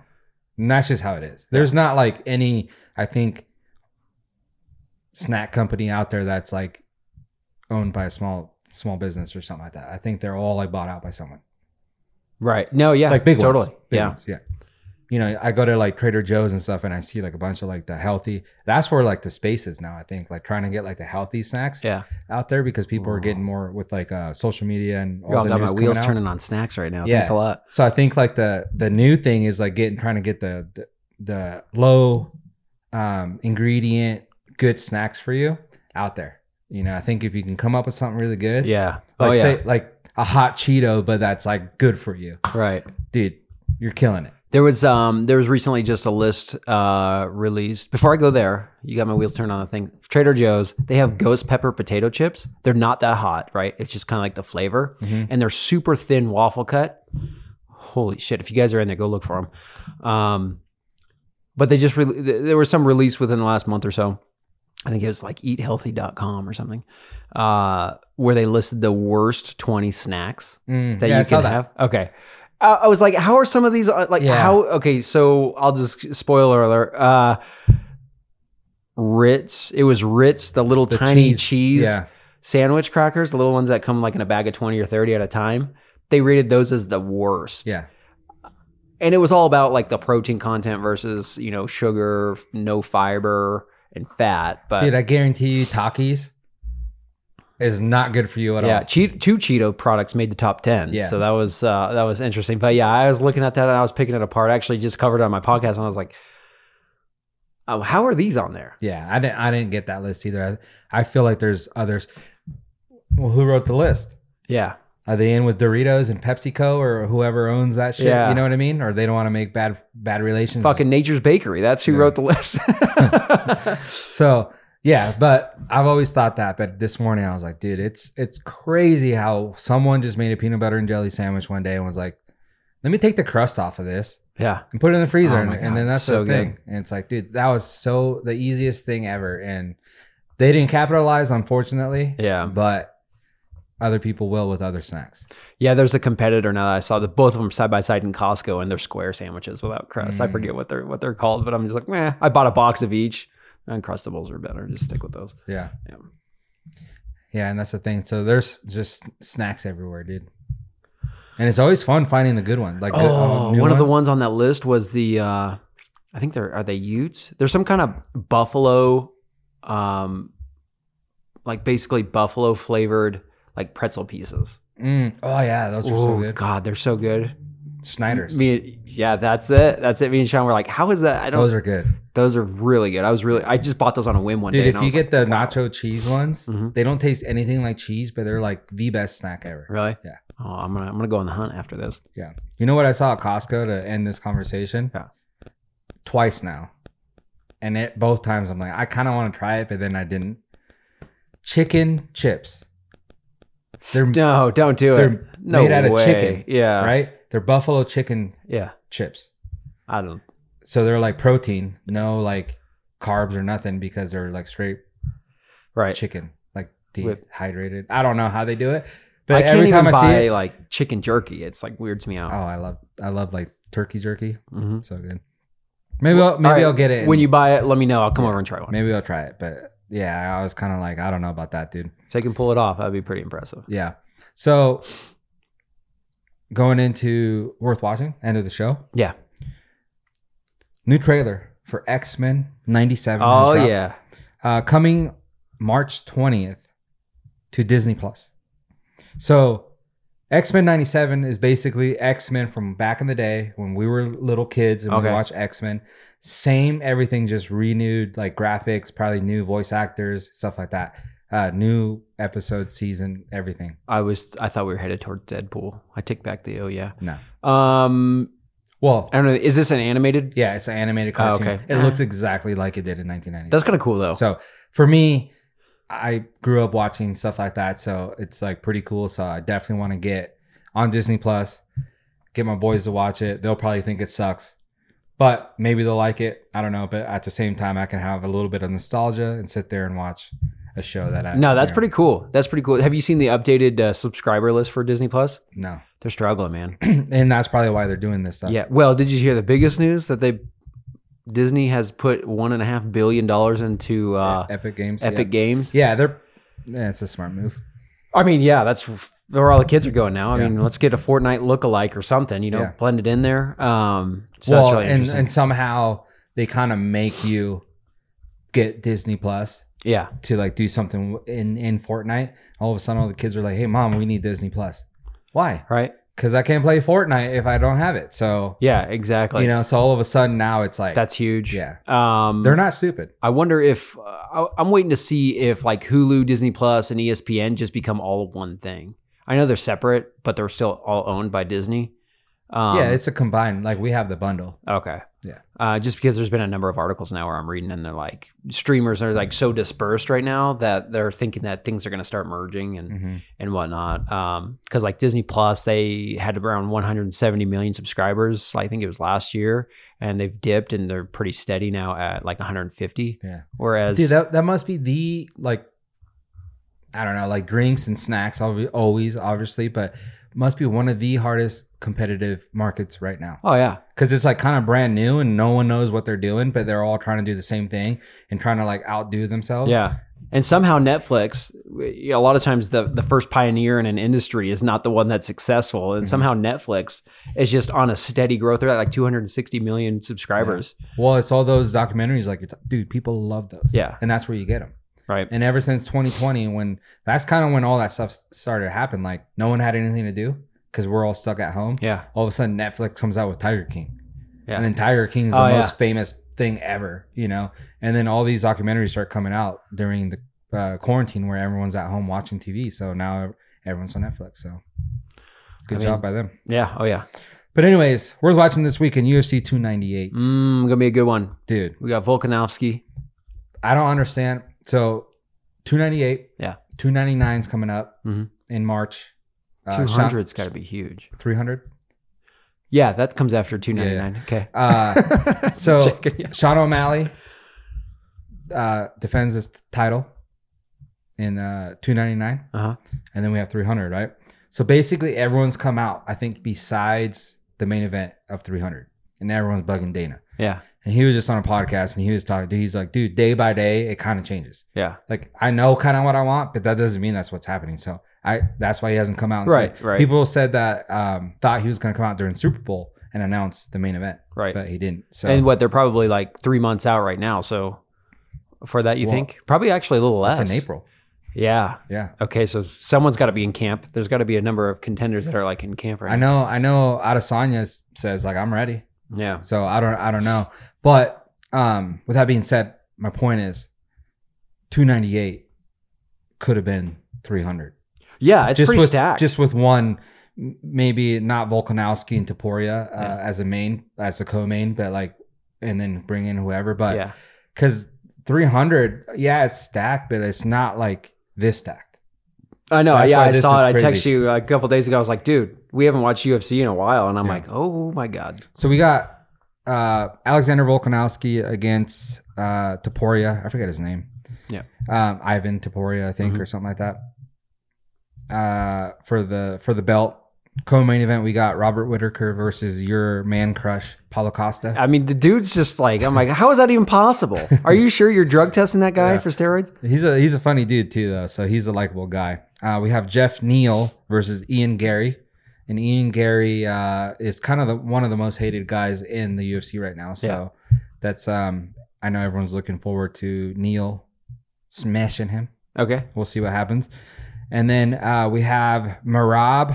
and that's just how it is there's not like any i think snack company out there that's like owned by a small small business or something like that i think they're all like bought out by someone Right. No. Yeah. like big Totally. ones, big yeah. ones, yeah you know i go to like trader joe's and stuff and i see like a bunch of like the healthy that's where like the space is now i think like trying to get like the healthy snacks Yeah. out there because people are Ooh. getting more with like uh social media and all Y'all the got news my coming wheels out. turning on snacks right now. Yeah. Thanks a lot. So I think like the the new thing is like getting trying to get the the, the low um, ingredient good snacks for you out there. You know, I think if you can come up with something really good, Yeah. like oh yeah. say like a hot Cheeto, but that's like good for you, right. dude. You're killing it. There was um there was recently just a list uh released. Before I go there, you got my wheels turned on the thing. Trader Joe's, they have ghost pepper potato chips. They're not that hot, right? It's just kind of like the flavor. And they're super thin waffle cut. Holy shit, if you guys are in there, go look for them. Um but they just re- th- there was some release within the last month or so. I think it was like eathealthy.com or something. Uh where they listed the worst 20 snacks Mm, that yeah, I you saw can that. have. Okay. Uh, I, I was like, how are some of these uh, like Yeah. how? Okay, so I'll just spoiler alert. Uh, Ritz. It was Ritz, the little The tiny cheese. cheese, Yeah, sandwich crackers, the little ones that come like in a bag of twenty or thirty at a time. They rated those as the worst. yeah, and it was all about like the protein content versus you know sugar, no fiber, and fat. But dude. I guarantee you, Takis is not good for you at yeah, all. che- two Cheeto products made the top ten. uh, Yeah. so that was uh, that was interesting. But yeah, I was looking at that and I was picking it apart. I actually just covered it on my podcast, and I was like, "Oh, how are these on there?" Yeah, I didn't. I didn't get that list either. I, I feel like there's others. Well, who wrote the list? Yeah, Are they in with Doritos and PepsiCo or whoever owns that shit? Yeah. You know what I mean? Or they don't want to make bad bad relations. fucking Nature's Bakery. That's who Yeah. wrote the list. So yeah, but I've always thought that. But this morning I was like, dude, it's it's crazy how someone just made a peanut butter and jelly sandwich one day and was like, let me take the crust off of this Yeah. and put it in the freezer, Oh and, my and then God, that's so the thing. And it's like, dude, that was so the easiest thing ever, and they didn't capitalize, unfortunately. Yeah. but other people will with other snacks. Yeah, there's a competitor now that I saw that both of them side by side in Costco and they're square sandwiches without crust. I Mm. forget what they're what they're called, but I'm just like, meh, I bought a box of each. Uncrustables are better. Just stick with those. Yeah. Yeah. Yeah, and that's the thing. So there's just snacks everywhere, dude. And it's always fun finding the good one. Like the, Oh, uh, one new of the ones on that list was the uh I think they're are they Utes? There's some kind of buffalo um like basically buffalo flavored like pretzel pieces. Mm. Oh yeah, those are so Oh, good. God, they're so good. Schneiders. Me, yeah, that's it. That's it. Me and Sean were like, "How is that?" I don't. those are good, Those are really good. I was really, I just bought those on a whim one dude. day. If and I you was get the wow. nacho cheese ones, Mhm. they don't taste anything like cheese, but they're like the best snack ever. like, really, Yeah. Oh, I'm gonna, I'm gonna go on the hunt after this. You know what I saw at Costco to end this conversation? Yeah. Twice now. And it both times I'm like, I kind of want to try it, but then I didn't. Chicken chips. They're No, don't do it. They're No made out of way. chicken, Yeah, right? They're buffalo chicken Yeah, chips. I don't. So they're like protein, no like carbs or nothing because they're like straight Right. chicken, like With- dehydrated. I don't know how they do it. I But can't every even time I buy see it, like chicken jerky. It's like weirds me oh, out. I love I love like turkey jerky. Mhm. So good. Maybe I'll, maybe All right, I'll get it when and- you buy it. Let me know. I'll come over and try one. Maybe I'll try it, but yeah, I was kind of like, I don't know about that, dude. If they can pull it off, that'd be pretty impressive. Yeah. So going into worth watching, end of the show. Yeah. New trailer for X Men '97. Oh yeah. uh, coming March 20th to Disney Plus. So X Men '97 is basically X Men from back in the day when we were little kids and we Okay. watched X Men. Same everything, just renewed like graphics, probably new voice actors, stuff like that. Uh, new episode, season, everything. I was. I thought we were headed toward Deadpool. I take back the. Oh yeah. No, Um. well, I don't know. Is this an animated? yeah, it's an animated Oh, cartoon. okay. It looks exactly like it did in 1990. That's kind of cool though. So for me, I grew up watching stuff like that, so it's like pretty cool. So I definitely want to get on Disney Plus, get my boys to watch it. They'll probably think it sucks, but maybe they'll like it. I don't know. But at the same time, I can have a little bit of nostalgia and sit there and watch a show that I No, you that's know, pretty cool. That's pretty cool. Have you seen the updated uh, subscriber list for Disney Plus? no, They're struggling, man. and that's probably why they're doing this stuff. yeah. Well, did you hear the biggest news that they Disney has put one and a half billion dollars into uh, E-, Epic Games, Epic Games? yeah. yeah, they're yeah, it's a smart move. I mean, yeah, that's where all the kids are going now. I Yeah. mean, let's get a Fortnite lookalike or something. You know, Yeah. blend it in there. Um, so that's well, really and interesting. and somehow they kind of make you get Disney Plus. yeah. to like do something in in Fortnite. All of a sudden, all the kids are like, "Hey, mom, we need Disney Plus." Why? Right. Because I can't play Fortnite if I don't have it. So Yeah. Exactly. you know, so all of a sudden now it's like that's huge. yeah, Um, they're not stupid. I wonder if uh, I- I'm waiting to see if like Hulu, Disney Plus, and E ESPN just become all one thing. I know they're separate, but they're still all owned by Disney. Um, yeah, it's a combined. Like we have the bundle. okay. Yeah. Uh, just because there's been a number of articles now where I'm reading and they're like streamers are like so dispersed right now that they're thinking that things are going to start merging and Mhm. and whatnot. Because like Disney Plus, they had around 170 million subscribers. I think it was last year, and they've dipped and they're pretty steady now at like 150. Yeah. Whereas Dude, that that must be the like, I don't know, like drinks and snacks. obvi- Always, obviously, but must be one of the hardest competitive markets right now. oh yeah. because it's like kind of brand new and no one knows what they're doing, but they're all trying to do the same thing and trying to like outdo themselves. Yeah. And somehow Netflix, you know, a lot of times the, the first pioneer in an industry is not the one that's successful. And Mhm. somehow Netflix is just on a steady growth rate, like 260 million subscribers. Well, it's all those documentaries, like you're t- dude, people love those. Yeah. and that's where you get them. Right. And ever since 2020, when that's kind of when all that stuff started to happen, like no one had anything to do because we're all stuck at home. Yeah. All of a sudden, Netflix comes out with Tiger King, Yeah. and then Tiger King's the Oh, most yeah. famous thing ever, you know. And then all these documentaries start coming out during the uh, quarantine where everyone's at home watching TV. So now everyone's on Netflix. So good I mean- job by them. yeah. Oh, yeah. But anyways, worth watching this week in UFC 298. Mm, gonna be a good one. Dude, We got Volkanovski. I don't understand. So 298. Yeah. 299 is coming up Mhm. in March. Uh, Sean- 200's got to be huge. 300. Yeah, that comes after two ninety nine. Okay. Uh, Just so- checking, yeah. Sean O'Malley uh, defends his title in uh, 299. Uh-huh. And then we have 300, right? So basically, everyone's come out, I think, besides the main event of 300. And everyone's bugging Dana. yeah, And he was just on a podcast and he was talking. Dude, he's like, dude, day by day, it kind of changes. yeah, Like, I know kind of what I want, but that doesn't mean that's what's happening. So I that's why he hasn't come out. And Right, said- right. People said that um, thought he was going to come out during Super Bowl and announce the main event, right. but uh, he didn't. So And what they're probably like three months out right now. So for that, you Well, think probably actually a little less. that's in April. Yeah. Yeah. Okay. So someone's got to be in camp. There's got to be a number of contenders that are like in camp right I know, I know. Adesanya s- says like I'm ready, now. Yeah. so I don't, I don't know. But um, with that being said, my point is, 298 could have been 300. Yeah. It's just pretty with stacked. just with one, m- maybe not Volkanovski and Taporia uh, Yeah. as a main, as a co-main, but like, and then bring in whoever. But yeah. because 300, yeah, it's stacked, but it's not like this stacked. I know. That's Yeah. why I this saw it. is I crazy. texted you a couple days ago. I was like, dude, we haven't watched UFC in a while. And I'm Yeah. like, oh my God. So we got uh, Alexander Volkanovski against uh, Taporia. I forget his name. Yeah. um, Ivan Taporia, I think, Mhm. or something like that. Uh, for the for the belt co-main event, we got Robert Whitaker versus your man crush Paulo Costa. I mean, the dude's just like, I'm like, how is that even possible? Are you sure you're drug testing that guy Yeah. for steroids? He's a he's a funny dude too though, so he's a likable guy. Uh, we have Jeff Neal versus Ian Gary, and Ian Gary uh, is kind of the, one of the most hated guys in the UFC right now. So that's um I know everyone's looking forward to Neal smashing him. Okay. We'll see what happens. And then uh, we have Marab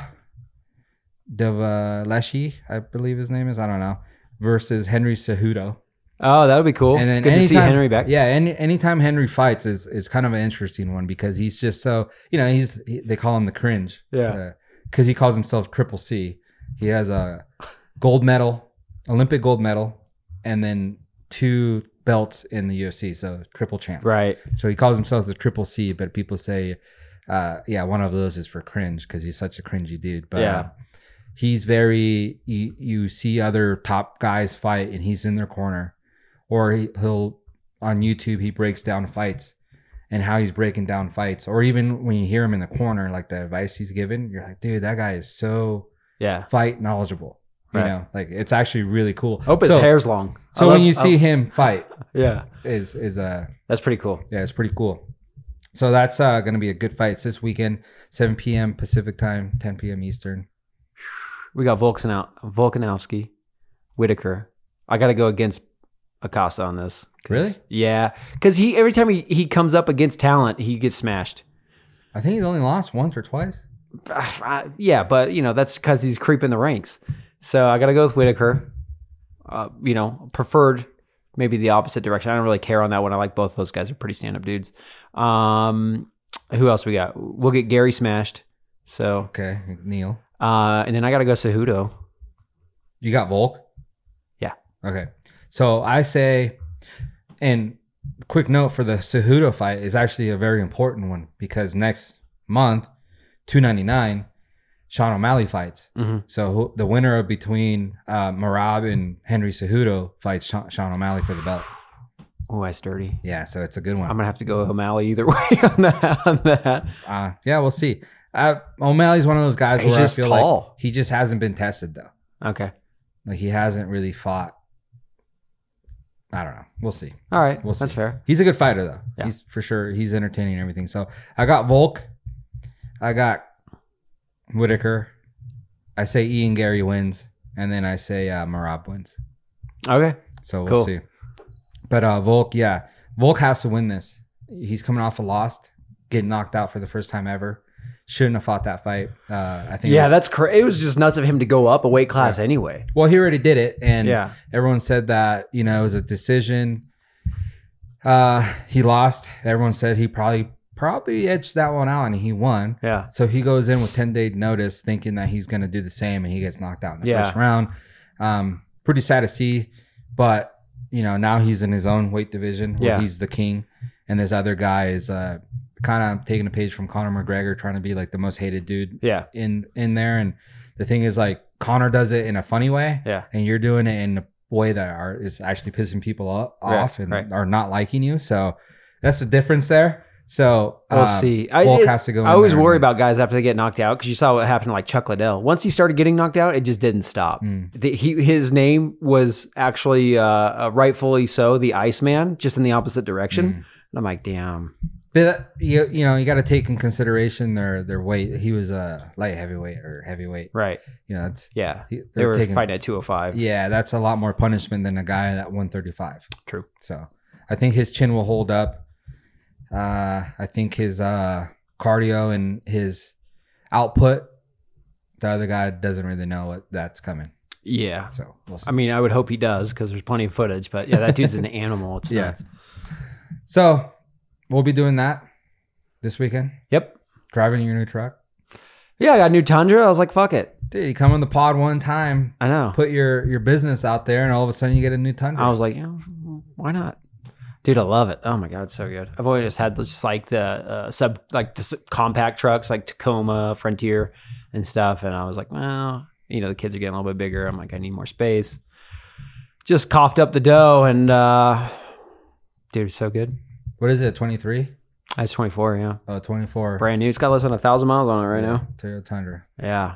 Devaleshi, I believe his name is. I don't know. Versus Henry Cejudo. Oh, that would be cool. And then Good to see anytime- Henry back. Yeah, any anytime Henry fights is is kind of an interesting one because he's just so you know he's he, they call him the cringe. Yeah. because he calls himself Triple C. He has a gold medal, Olympic gold medal, and then two belts in the UFC, so triple champ. Right. So he calls himself the Triple C, but people say, uh, yeah, one of those is for cringe because he's such a cringy dude. But Yeah. uh, he's very, you, you see other top guys fight and he's in their corner. Or he, he'll, on YouTube, he breaks down fights and how he's breaking down fights. Or even when you hear him in the corner, like the advice he's given, you're like, dude, that guy is so Yeah. fight knowledgeable. You Right. know, like it's actually really cool. I hope his so, hair's long. I So love- when you see oh, him fight, yeah, is is uh that's pretty cool. yeah, it's pretty cool. So that's uh, going to be a good fight. It's this weekend, 7 p.m. Pacific time, 10 p.m. Eastern. We got Volkanow- Volkanovski, Whitaker. I got to go against Acosta on this. 'Cause- Really? Yeah, because he every time he, he comes up against talent, he gets smashed. I think he's only lost once or twice. Ah, yeah, but you know that's because he's creeping the ranks. So I got to go with Whitaker. Uh, you know, preferred maybe the opposite direction. I don't really care on that one. I like both those guys are pretty stand up dudes. Um, who else we got? We'll get Gary smashed. So Okay, Neil. uh, and then I got to go Cejudo. You got Volk? Yeah. Okay. So I say, and quick note for the Cejudo fight is actually a very important one because next month, 299, Sean O'Malley fights. Mm-hmm. So who, the winner of between uh, Marab and Henry Cejudo fights Sean, Sean O'Malley for the belt. Oh, that's dirty. Yeah, so it's a good one. I'm gonna have to go with O'Malley either way on that. On that. Uh, yeah, we'll see. Uh, O'Malley's one of those guys He's where just I feel tall. like he just hasn't been tested though. Okay. Like he hasn't really fought. I don't know. We'll see. All right. We'll That's see. fair. He's a good fighter though. Yeah. He's for sure. He's entertaining and everything. So I got Volk. I got Whitaker. I say Ian Gary wins, and then I say uh, Marab wins. Okay. So we'll Cool. see. But uh, Volk, yeah, Volk has to win this. He's coming off a loss, getting knocked out for the first time ever. Shouldn't have fought that fight. Uh, I think. it Yeah, was- that's crazy. It was just nuts of him to go up a weight class anyway. well, he already did it, and yeah. everyone said that you know it was a decision. Uh, he lost. Everyone said he probably probably edged that one out, and he won. Yeah. So he goes in with 10 day notice thinking that he's going to do the same and he gets knocked out in the Yeah. first round. Um, pretty sad to see, but you know, now he's in his own weight division where Yeah. he's the king. And this other guy is uh, kind of taking a page from Conor McGregor, trying to be like the most hated dude Yeah. in in there. And the thing is, like, Connor does it in a funny way, Yeah. and you're doing it in a way that are is actually pissing people o- Right, off and right. are not liking you. So that's the difference there. So We'll um, see. I, Bulk it- has to go. I in always there and- worry about guys after they get knocked out because you saw what happened to like Chuck Liddell. Once he started getting knocked out, it just didn't stop. Mm. The, he his name was actually uh, uh, rightfully so the Iceman, just in the opposite direction. Mm. And I'm like, damn, But you you know you got to take in consideration their their weight. He was a light heavyweight or heavyweight. right? You know that's Yeah, he- they they're were taking- fighting at 205. Yeah, that's a lot more punishment than a guy at 135. True. So I think his chin will hold up. Uh, I think his uh, cardio and his output. The other guy doesn't really know what that's coming. Yeah. So we'll see. I mean, I would hope he does because there's plenty of footage. But yeah, that dude's an animal. It's Yeah. nuts. so we'll be doing that this weekend. Yep. Driving your new truck, Yeah, I got a new Tundra. I was like, fuck it. dude. You come on the pod one time, I know. put your your business out there, and all of a sudden you get a new Tundra. I was like, yeah, why not? Dude, I love it. Oh my god, it's so good. I've always just had just like the uh, sub, like the s- compact trucks, like Tacoma, Frontier, and stuff. And I was like, well, you know, the kids are getting a little bit bigger. I'm like, I need more space. Just coughed up the dough, and uh, dude, it's so good. what is it? 23? I was 24, yeah, Oh, 24. brand new. It's got less than a thousand miles on it right now. Toyota Tundra. Yeah,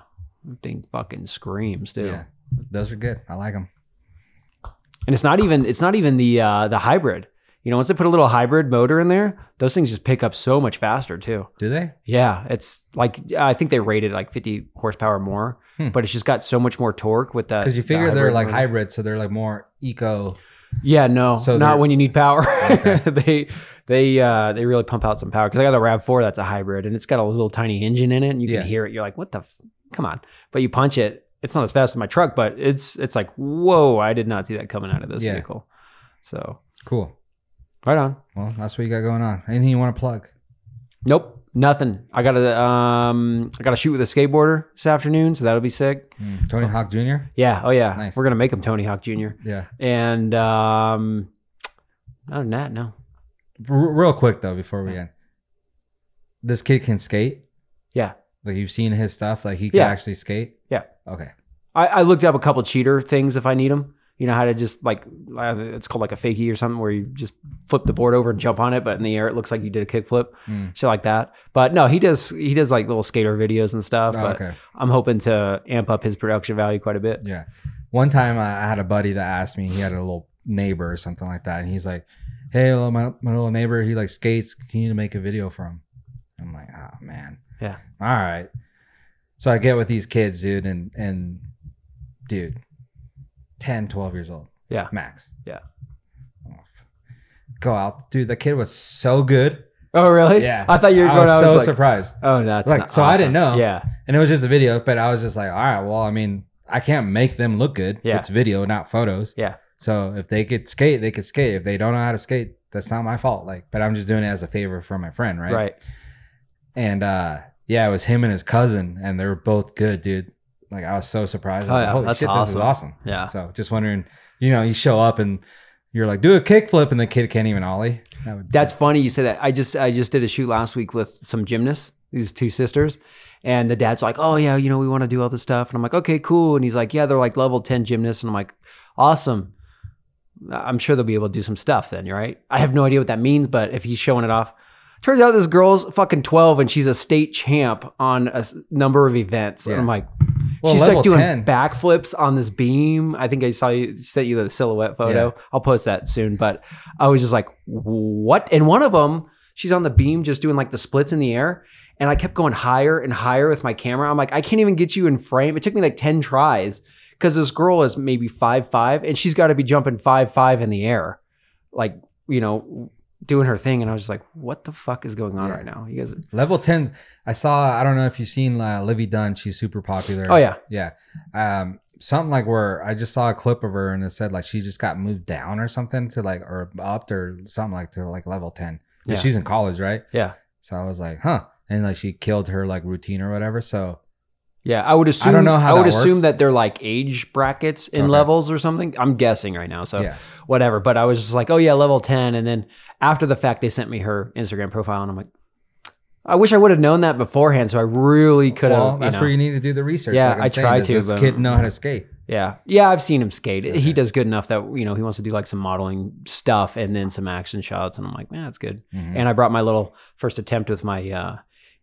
thing fucking screams, dude. Yeah, those are good. I like them. And it's not even it's not even the uh, the hybrid. You know, once they put a little hybrid motor in there, those things just pick up so much faster too. Do they? Yeah, it's like I think they rated like 50 horsepower more, Hmm. but it's just got so much more torque with that. because you Uh, the figure they're like motor. hybrid, so they're like more eco. Yeah, no, So not they're- when you need power. Okay. they they uh, they really pump out some power because I got a Rav Four that's a hybrid and it's got a little tiny engine in it and you Yeah. can hear it. You're like, what the? F-? Come on! But you punch it, it's not as fast as my truck, but it's it's like, whoa! I did not see that coming out of this Yeah. vehicle. So Cool. right on. Well, that's what you got going on. Anything you want to plug? Nope, nothing. I got to um, I got to shoot with a skateboarder this afternoon, so that'll be sick. Mm, Tony Hawk Jr. Yeah, oh yeah, Nice. we're gonna make him Tony Hawk Jr. Yeah. And um, other than that, no. R- real quick though, before we end, this kid can skate. Yeah. Like you've seen his stuff. Like he can Yeah. actually skate. Yeah. Okay. I, I looked up a couple cheater things if I need them. You know how to just like uh, it's called like a fakie or something where you just flip the board over and jump on it, but in the air it looks like you did a kickflip, Mm. shit like that. But no, he does he does like little skater videos and stuff. Oh, but okay. I'm hoping to amp up his production value quite a bit. Yeah. One time I I had a buddy that asked me, he had a little neighbor or something like that. And he's like, Hey, hello, my, my little neighbor, he like skates. Can you make a video for him? I'm like, Oh man. Yeah. All right. So I get with these kids, dude, and, and dude, 10, 12 years old. Yeah. Max. Yeah. Go out. Dude, the kid was so good. Oh really? Yeah. I thought you were I going. was I was, so like, surprised. oh no, that's Like, not so I didn't awesome. know. Yeah, And it was just a video, but I was just like, all right, well, I mean, I can't make them look good. Yeah. It's video, not photos. Yeah. So if they could skate, they could skate. If they don't know how to skate, that's not my fault. Like, but I'm just doing it as a favor for my friend, right? right. And uh yeah, it was him and his cousin, and they were both good, dude. Like I was so surprised. I was Oh, like, yeah, Holy that's shit, this is awesome. Yeah. So just wondering, you know, you show up and you're like, do a kickflip, and the kid can't even ollie. That would That's funny you said that. I just I just did a shoot last week with some gymnasts, these two sisters, and the dad's like, "Oh yeah, you know we want to do all this stuff," and I'm like, "Okay, cool," and he's like, "Yeah, they're like level ten gymnasts," and I'm like, "Awesome." I'm sure they'll be able to do some stuff then, right? I have no idea what that means, but if he's showing it off, turns out this girl's fucking 12 and she's a state champ on a s- number of events. Yeah. And I'm like, Well, she's level like doing 10. backflips on this beam. I think I saw you sent you the silhouette photo. I'll post that soon, but I was just like, what? And one of them, she's on the beam just doing like the splits in the air. And I kept going higher and higher with my camera. I'm like, I can't even get you in frame. It took me like 10 tries because this girl is maybe five five and she's got to be jumping five five in the air, like you know, doing her thing. And I was just like, what the fuck is going on Yeah. right now? You guys, are- level 10. I saw. I don't know if you've seen uh, Livy Dunn. She's super popular. oh yeah, Yeah. Um, something like where I just saw a clip of her and it said like she just got moved down or something to like or up or something like to like level 10. Yeah. Yeah. She's in college, right? Yeah. So I was like, huh. And like she killed her like routine or whatever. So yeah. I would assume. don't know how I would that assume works. that they're like age brackets in Okay. levels or something. I'm guessing right now, so yeah. whatever. But I was just like, oh yeah, level ten. And then after the fact, they sent me her Instagram profile, and I'm like, I wish I would have known that beforehand, so I really could have. well, that's know. where you need to do the research. Yeah, like I'm I saying, tried does to, This but- kid know how to skate. Yeah. Yeah, I've seen him skate. Okay. He does good enough that, you know, he wants to do like some modeling stuff and then some action shots. And I'm like, man, that's good. Mhm. And I brought my little first attempt with my uh,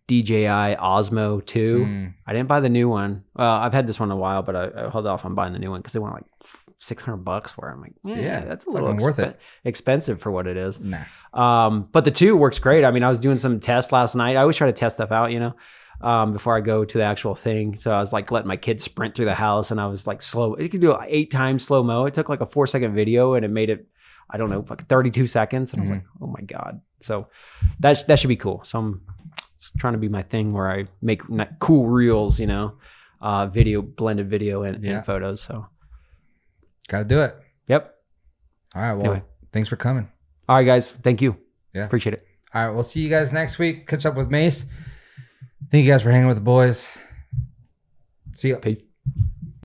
DJI Osmo 2. Mm. I didn't buy the new one. Well, I've had this one a while, but I, I held off on buying the new one because they want like f- 600 bucks for it. I'm like, yeah, Yeah, that's a little fucking worth expe- it. expensive for what it is. Nah. Um, but the two works great. I mean, I was doing some tests last night. I always try to test stuff out, you know, um, before I go to the actual thing. So I was like letting my kids sprint through the house and I was like slow. You could do it eight times slow mo. It took like a four second video and it made it, I don't know, like 32 seconds. And Mm-hmm. I was like, oh my God. So that, sh- that should be cool. So I'm trying to be my thing where I make ni- cool reels, you know, uh, video, blended video and, Yeah. and photos. So, Gotta do it. yep. All right. Well, Anyway. thanks for coming. All right, guys. Thank you. Yeah. Appreciate it. All right. We'll see you guys next week. Catch up with Mace. Thank you guys for hanging with the boys. See you. Peace.